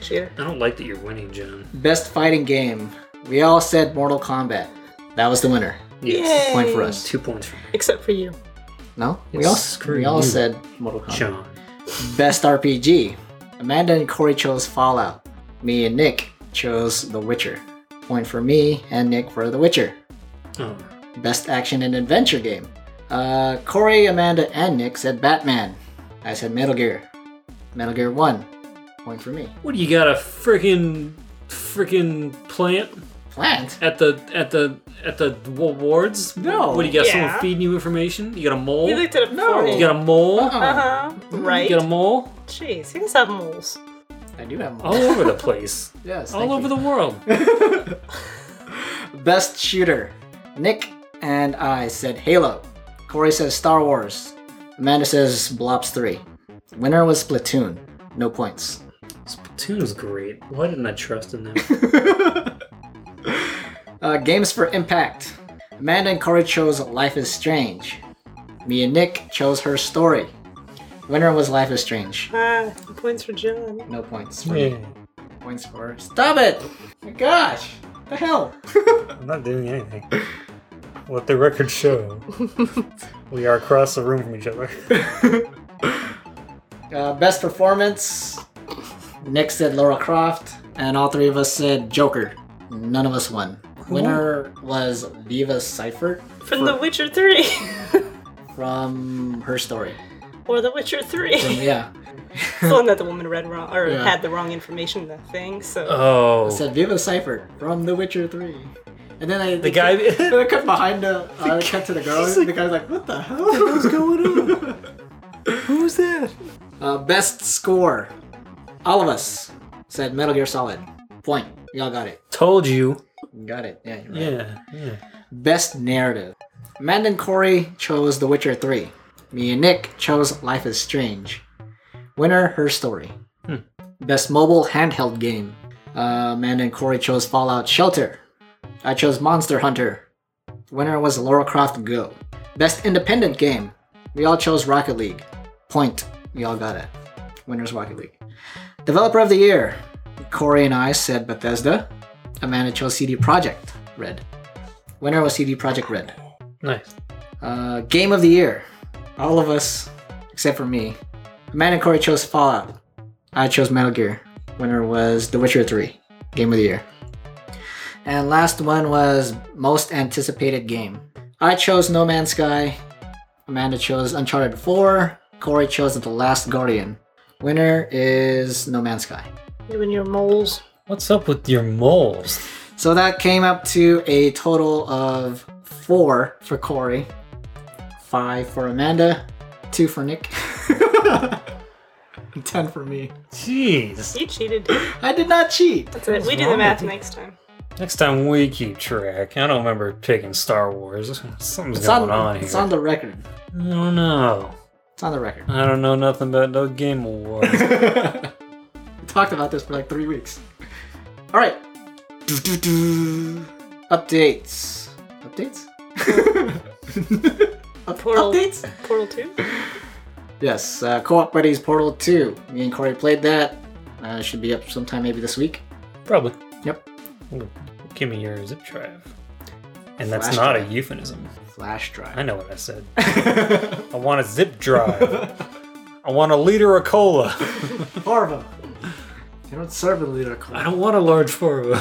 Cheater. I don't like that you're winning, John. Best fighting game. We all said Mortal Kombat. That was the winner. Yay. Point for us. Two points for Except for you. No, we Yes, all screw we all you. said Mortal Kombat. John. Best RPG. Amanda and Corey chose Fallout. Me and Nick chose The Witcher. Point for me and Nick for The Witcher. Oh. Best action and adventure game. Uh, Corey, Amanda, and Nick said Batman. I said Metal Gear. Metal Gear 1. Point for me. What do you got? A freaking, freaking plant Plant? at the at the at the awards? No. What do you got? Someone Yeah. feeding you information? You got a mole? You You looked at a No. forehead. got a mole? Uh-uh. Uh-huh. Right. You got a mole? Jeez, he does have moles. I do have one. All over the place. yes. All over the world. the. Best shooter. Nick and I said Halo. Corey says Star Wars. Amanda says Blops 3. Winner was Splatoon. No points. Splatoon's great. Why didn't I trust in them? Uh, games for Impact. Amanda and Corey chose Life is Strange. Me and Nick chose Her Story. Winner was Life is Strange. Ah, points for John. No points for me. Points for. Stop it! My gosh! The hell! I'm not doing anything. Let the record show. we are across the room from each other. Uh, best performance. Nick said Laura Croft, and all three of us said Joker. None of us won. Winner was Viva Seifert From The Witcher 3. from Her Story. or The Witcher 3. Yeah. the one that the woman read wrong, or Yeah. had the wrong information in the thing, so. Oh. said Viva Seifert from The Witcher 3. And then I, the guy. Then I cut behind the. Uh, I cut to the girl. and the guy's like, "What the hell? What's going on? Who's that? Uh, best score. All of us said Metal Gear Solid. Point. Y'all got it. Told you. Got it. Yeah. You're right. Yeah. Yeah. Best narrative. Amanda and Corey chose The Witcher 3. Me and Nick chose Life is Strange. Winner, Her Story. Best mobile handheld game. Uh, Amanda and Corey chose Fallout Shelter. I chose Monster Hunter. Winner was Laura Croft Go. Best independent game. We all chose Rocket League. Point. We all got it. Winner's Rocket League. Developer of the Year. Corey and I said Bethesda. Amanda chose CD Projekt Red. Winner was CD Projekt Red. Nice. Uh, game of the year. All of us, except for me. Amanda and Corey chose Fallout. I chose Metal Gear. Winner was The Witcher 3. Game of the year. And last one was most anticipated game. I chose No Man's Sky. Amanda chose Uncharted 4. Corey chose The Last Guardian. Winner is No Man's Sky. You and your moles. What's up with your moles? So that came up to a total of four for Corey, five for Amanda, two for Nick, Ten for me. Jeez. You cheated. I did not cheat. That's it. We do the math next time. Next time we keep track. I don't remember picking Star Wars. Something's It's going on, on it's here. on the record. I don't know. It's on the record. I don't know nothing about no Game Awards. We talked about this for like three weeks. All right. Do, do, do. Updates. Updates? Up- Portal. Updates? Portal 2? Yes, uh, Co-op Buddies Portal 2. Me and Corey played that. Uh, should be up sometime maybe this week. Probably. Yep. Give me your zip drive. And that's Flash not drive. a euphemism. Flash drive. I know what I said. I want a zip drive. I want a liter of cola. Four of them. They don't serve in leader I club. don't want a large forva.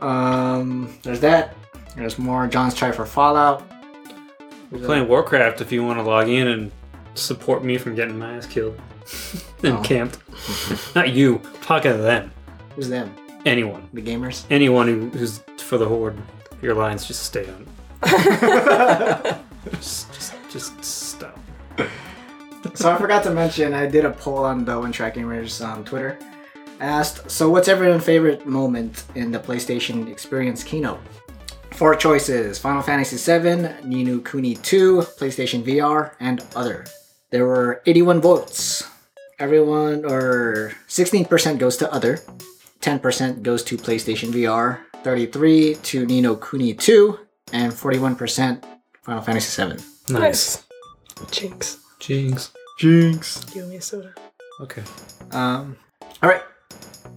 Um, there's that. There's more John's try for Fallout. We're playing Warcraft if you want to log in and support me from getting my ass killed and Oh. camped. Not you. I'm talking to them. Who's them? Anyone. The gamers. Anyone who, who's for the Horde. Your lines just stay on. just, just, just stop. so I forgot to mention I did a poll on the One Track Gamers on Twitter. I asked, so what's everyone's favorite moment in the PlayStation Experience keynote? Four choices: Final Fantasy VII, Ninu Kuni 2, PlayStation VR, and other. There were 81 votes. Everyone, or 16% goes to other, 10% goes to PlayStation VR, 33 to Nino Kuni 2, and 41% Final Fantasy VII. Nice. Jinx. Jinx. Jinx. Give me a soda. Okay. Um, all right.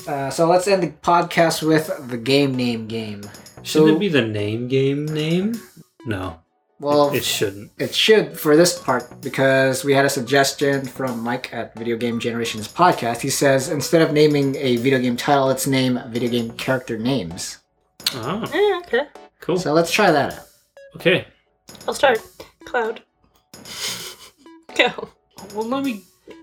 Uh, so let's end the podcast with the game name game. Shouldn't So- it be the name game name? No, Well, it shouldn't. it should for this part because we had a suggestion from Mike at Video Game Generations Podcast. He says instead of naming a video game title, let's name video game character names. Oh, Yeah, Eh, okay. cool. So let's try that out. Okay. I'll start. Cloud. Go. Well, let me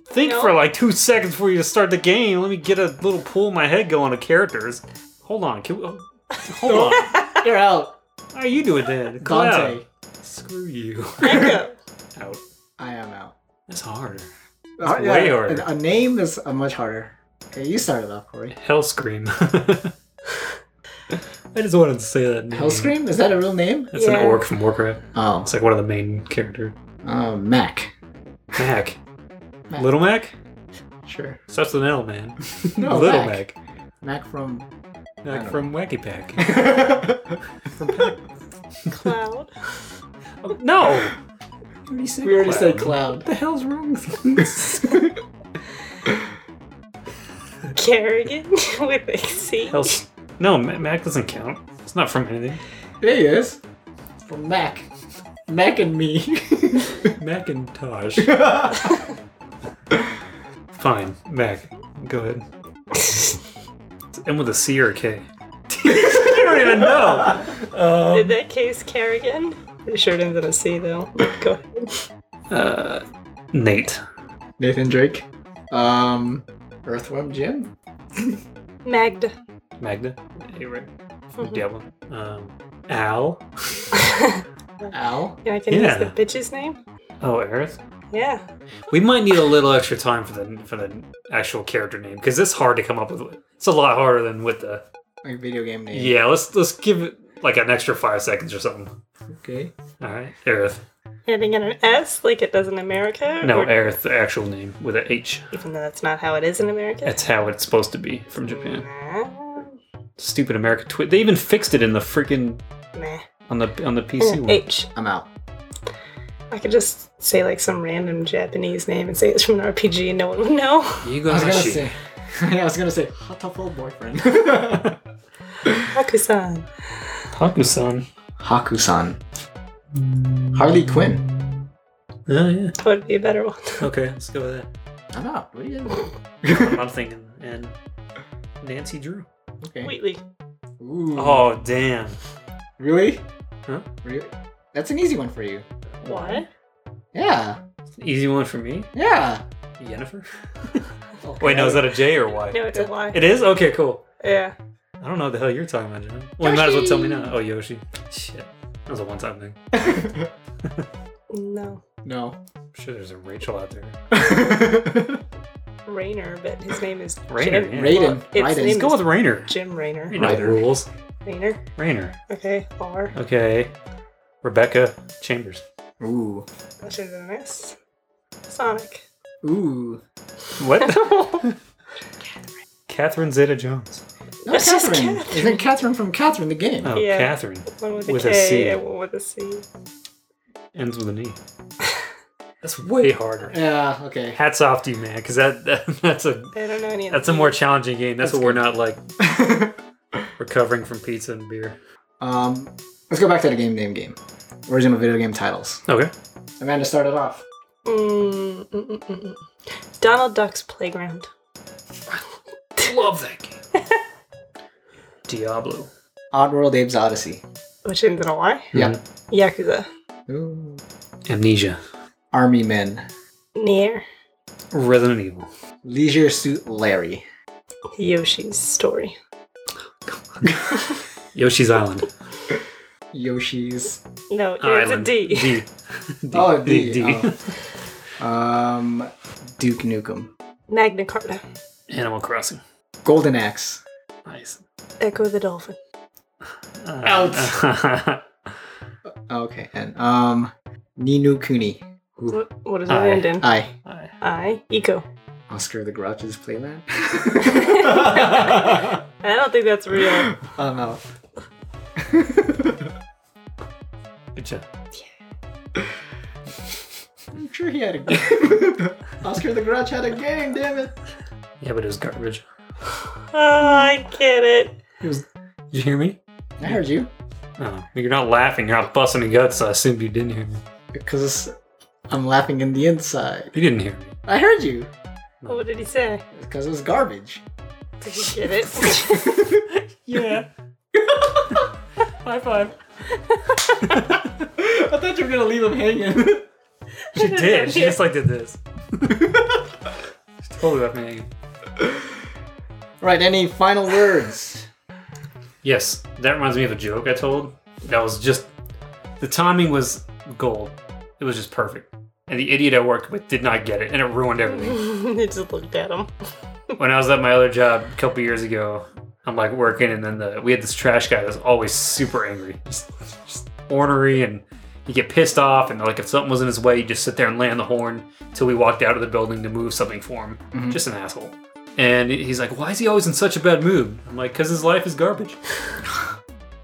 think No. for like two seconds before you start the game. Let me get a little pull in my head going of characters. Hold on. Can we, oh, hold on. You're out, How are you doing Dante. then? Cloud. Screw you. Echo. Out. I am out. That's harder. Uh, way harder. A, a name is uh, much harder. Okay, you started off, Corey. Hell scream. I just wanted to say that. Name. Hell Scream? Is that a real name? That's Yeah. an orc from Warcraft. Oh, It's like one of the main characters. uh, Mac. Mac. Mac. Little Mac? Sure. Starts with an L, man. No, Little Mac. Mac. Mac from I Mac don't from Wacky Pack. Cloud. Oh, No! we already said cloud. the hell's wrong with Kerrigan with a C. Hell's... No, Ma- Mac doesn't count. It's not from anything. There he is. From Mac. Mac and me. Macintosh. Fine, Mac. Go ahead. And with a C or a K? you don't even know! Um, In that case, Kerrigan. It sure ends in a C though. Go ahead. Uh, Nate. Nathan Drake. Um Earthworm Jim? Magda. Magda. Hey, right. Diablo. Um, Al. Al? Yeah, I can use Yeah. the bitch's name. Oh, Aerith. Yeah. We might need a little extra time for the for the actual character name because it's hard to come up with. It's a lot harder than with the Like video game name. Yeah, let's let's give it like an extra five seconds or something. Okay. All right, Aerith. Ending in an S, like it does in America. No, or- Aerith, the actual name with a H. even though that's not how it is in America. That's how it's supposed to be from Japan. Nah. Stupid America twit. They even fixed it in the freaking Nah. on the on the PC Mm, one. H. I'm out. I could just say like some random Japanese name and say it's from an RPG and no one would know. You I was got gonna shit. say Yeah, I was gonna say hot Hakusan. boyfriend. Hakusan. Haku-san. Hakusan. Harley Quinn. Oh yeah. That would be a better one. Okay, let's go with that. I'm out. What are you doing? I'm thinking and Nancy Drew. Okay. Wheatley. Ooh. Oh damn. Really? Huh? Really? That's an easy one for you. What? Yeah. Easy one for me. Yeah. Jennifer. Okay. Wait, no, is that a J or a Y? No, it's a Y. It is? Okay, cool. Yeah. I don't know what the hell you're talking about, John. Well, you might as well tell me now. Oh, Yoshi. Shit. That was a one time thing. No. No. I'm sure there's a Rachel out there. Rainer, but his name is Rainer, Jim. yeah. Raiden. Well, its Raiden. name Let's Let's go is with Rainer. Jim Rainer. You know the Rainer. rules. Rainer. Rainer. Okay. R. Okay. Rebecca Chambers. Ooh. Which is the next? Sonic. Ooh. What? Catherine Zeta Jones. No, That's just Catherine. Catherine. Isn't Catherine from Catherine the game? Oh, Yeah. Catherine. One with a K With a C. and one with a C. Ends with an E. That's way harder. Yeah, okay. Hats off to you, man, because that, that that's a I don't know any of that's a them. more challenging game. That's, That's what we're not like recovering from pizza and beer. um, let's go back to the game name game. Original video game titles. Okay. Amanda started off. Mm, mm, mm, mm, mm. Donald Duck's Playground. Love that game. Diablo. Oddworld Abe's Odyssey. Which ends in a Y. Yep. Hmm. Yakuza. Ooh. Amnesia. Army Men. Nier. Resident Evil. Leisure Suit Larry. Yoshi's Story. Yoshi's Island. Yoshi's. No, it's Island. a D. D. D. Oh, D. D. oh. Um, Duke Nukem. Magna Carta. Animal Crossing. Golden Axe. Nice. Uh, Echo the Dolphin. Out. Oh, Okay, and um, Ninu Kuni. Ooh. What, what does I. it end in? Aye. I. Eco. Oscar the Grouch's Playland. I don't think that's real. oh no. Good job. I'm sure he had a game. Oscar the Grouch had a game, damn it. Yeah, but it was garbage. oh, I get it. Did you hear me? I heard you. Oh, you're not laughing. You're not busting your guts. So I assumed you didn't hear me. Because I'm laughing in the inside. You didn't hear me. I heard you. Oh, What did he say? Because it was garbage. Did you get it? Yeah. High five. I thought you were gonna leave him hanging. She did. She just like did this. she totally left me hanging. right, any final words? Yes, that reminds me of a joke I told. That was just the timing was gold. It was just perfect. And the idiot I worked with did not get it, and it ruined everything. they just looked at him. when I was at my other job a couple years ago, I'm like working, and then the, we had this trash guy that was always super angry, just, just ornery, and he'd get pissed off. And like if something was in his way, he'd just sit there and lay on the horn till we walked out of the building to move something for him. Mhm. Just an asshole. And he's like, "Why is he always in such a bad mood?" I'm like, "Cause his life is garbage."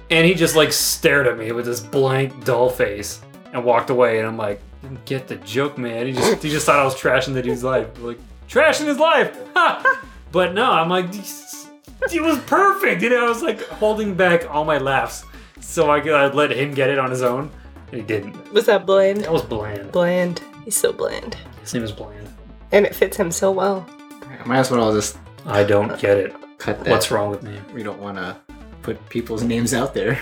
and he just like stared at me with this blank, dull face and walked away. And I'm like, "Didn't get the joke, man." He just he just thought I was trashing the dude's life, like trashing his life. Ha! but no, I'm like, it was perfect. You know, I was like holding back all my laughs so I could I'd let him get it on his own, and he didn't. Was that bland? That was bland. Bland. He's so bland. His name is bland. And it fits him so well. I might as well all just I don't get it. cut that. What's wrong with me? We don't want to put people's names out there.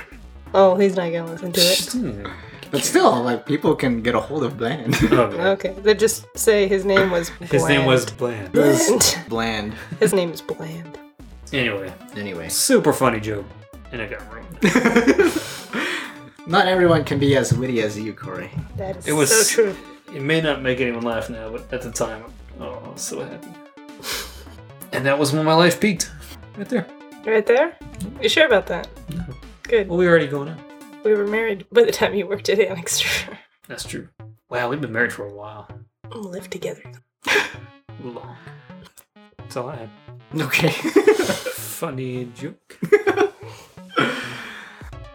Oh, he's not gonna listen to it. But still, like people can get a hold of Bland. Okay. Okay, they just say his name was. His name Bland. was Bland. Bland. Bland. his name is Bland. Anyway, Anyway, super funny joke, and it got ruined. not everyone can be as witty as you, Corey. That is It was- so true. It may not make anyone laugh now, but at the time, oh, I was so happy. And that was when my life peaked. Right there. Right there? You sure about that? Good. Well, we were already going out. We were married by the time you worked at Annixter. That's true. Wow, we've been married for a while. Lived together. Long. That's all I had. Okay. Funny joke.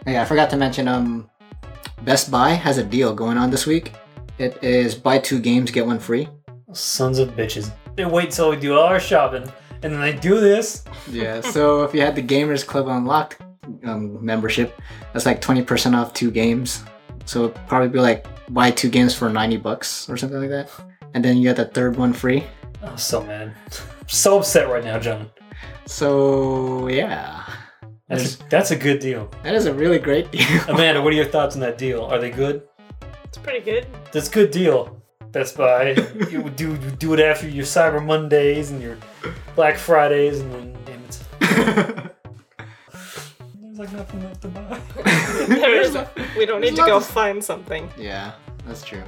yeah, I forgot to mention. Um, Best Buy has a deal going on this week. It is buy two games get one free. Sons of bitches. They wait till we do all our shopping, and then they do this. Yeah. So if you had the Gamers Club Unlocked um, membership, that's like twenty percent off two games. So it'd probably be like buy two games for ninety bucks or something like that, and then you get the third one free. I'm so mad. I'm so upset right now, John. So yeah, That's a, that's a good deal. that is a really great deal. Amanda, what are your thoughts on that deal? Are they good? It's pretty good. That's a good deal. Best Buy. you would do you do it after your Cyber Mondays and your Black Fridays and then damn it. There's like nothing left to buy. There is- we don't need There's to go lots find something. yeah, that's true.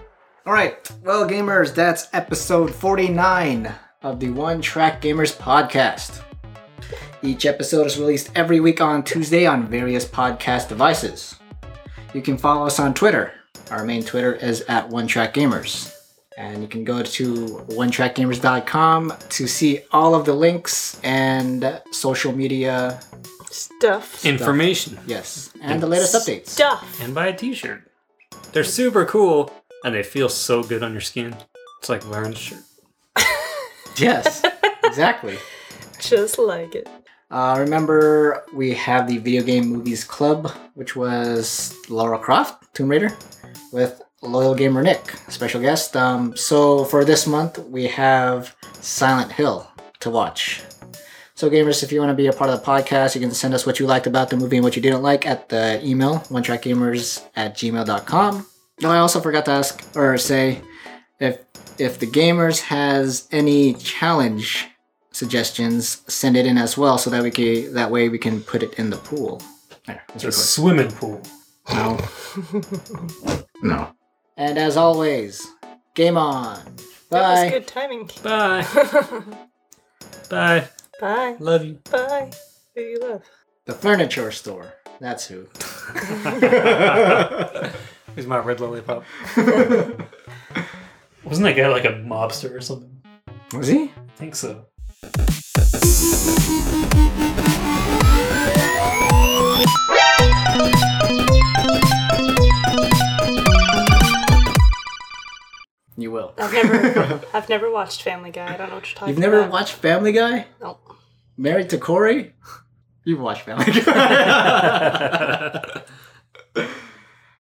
All right, well, gamers, that's episode 49 of the One Track Gamers podcast. Each episode is released every week on Tuesday on various podcast devices. You can follow us on Twitter. Our main Twitter is at One Track Gamers. And you can go to onetrackgamers.com to see all of the links and social media. Stuff. Information. Yes, and the latest updates. Stuff. And buy a t shirt. They're super cool and they feel so good on your skin. It's like wearing a shirt. Yes, exactly. Just like it. Uh, remember, we have the Video Game Movies Club, which was Laura Croft, Tomb Raider, with Loyal Gamer Nick, special guest. Um, so for this month, we have Silent Hill to watch. So, gamers, if you want to be a part of the podcast, you can send us what you liked about the movie and what you didn't like at the email, onetrackgamers at gmail.com. No, I also forgot to ask or say if if the gamers has any challenge suggestions, send it in as well, so that we can that way we can put it in the pool. There, it's It's a swimming pool. no. no. And as always, game on. That Bye. was good timing. Bye. Bye. Bye. Love you. Bye. Who you love? The furniture store. That's who. Here's my red lollipop. Wasn't that guy like a mobster or something? Was he? I think so. You will. I've never, I've never watched Family Guy. I don't know what you're talking You've never about. watched Family Guy? Nope. Married to Corey? You've watched Family Guy.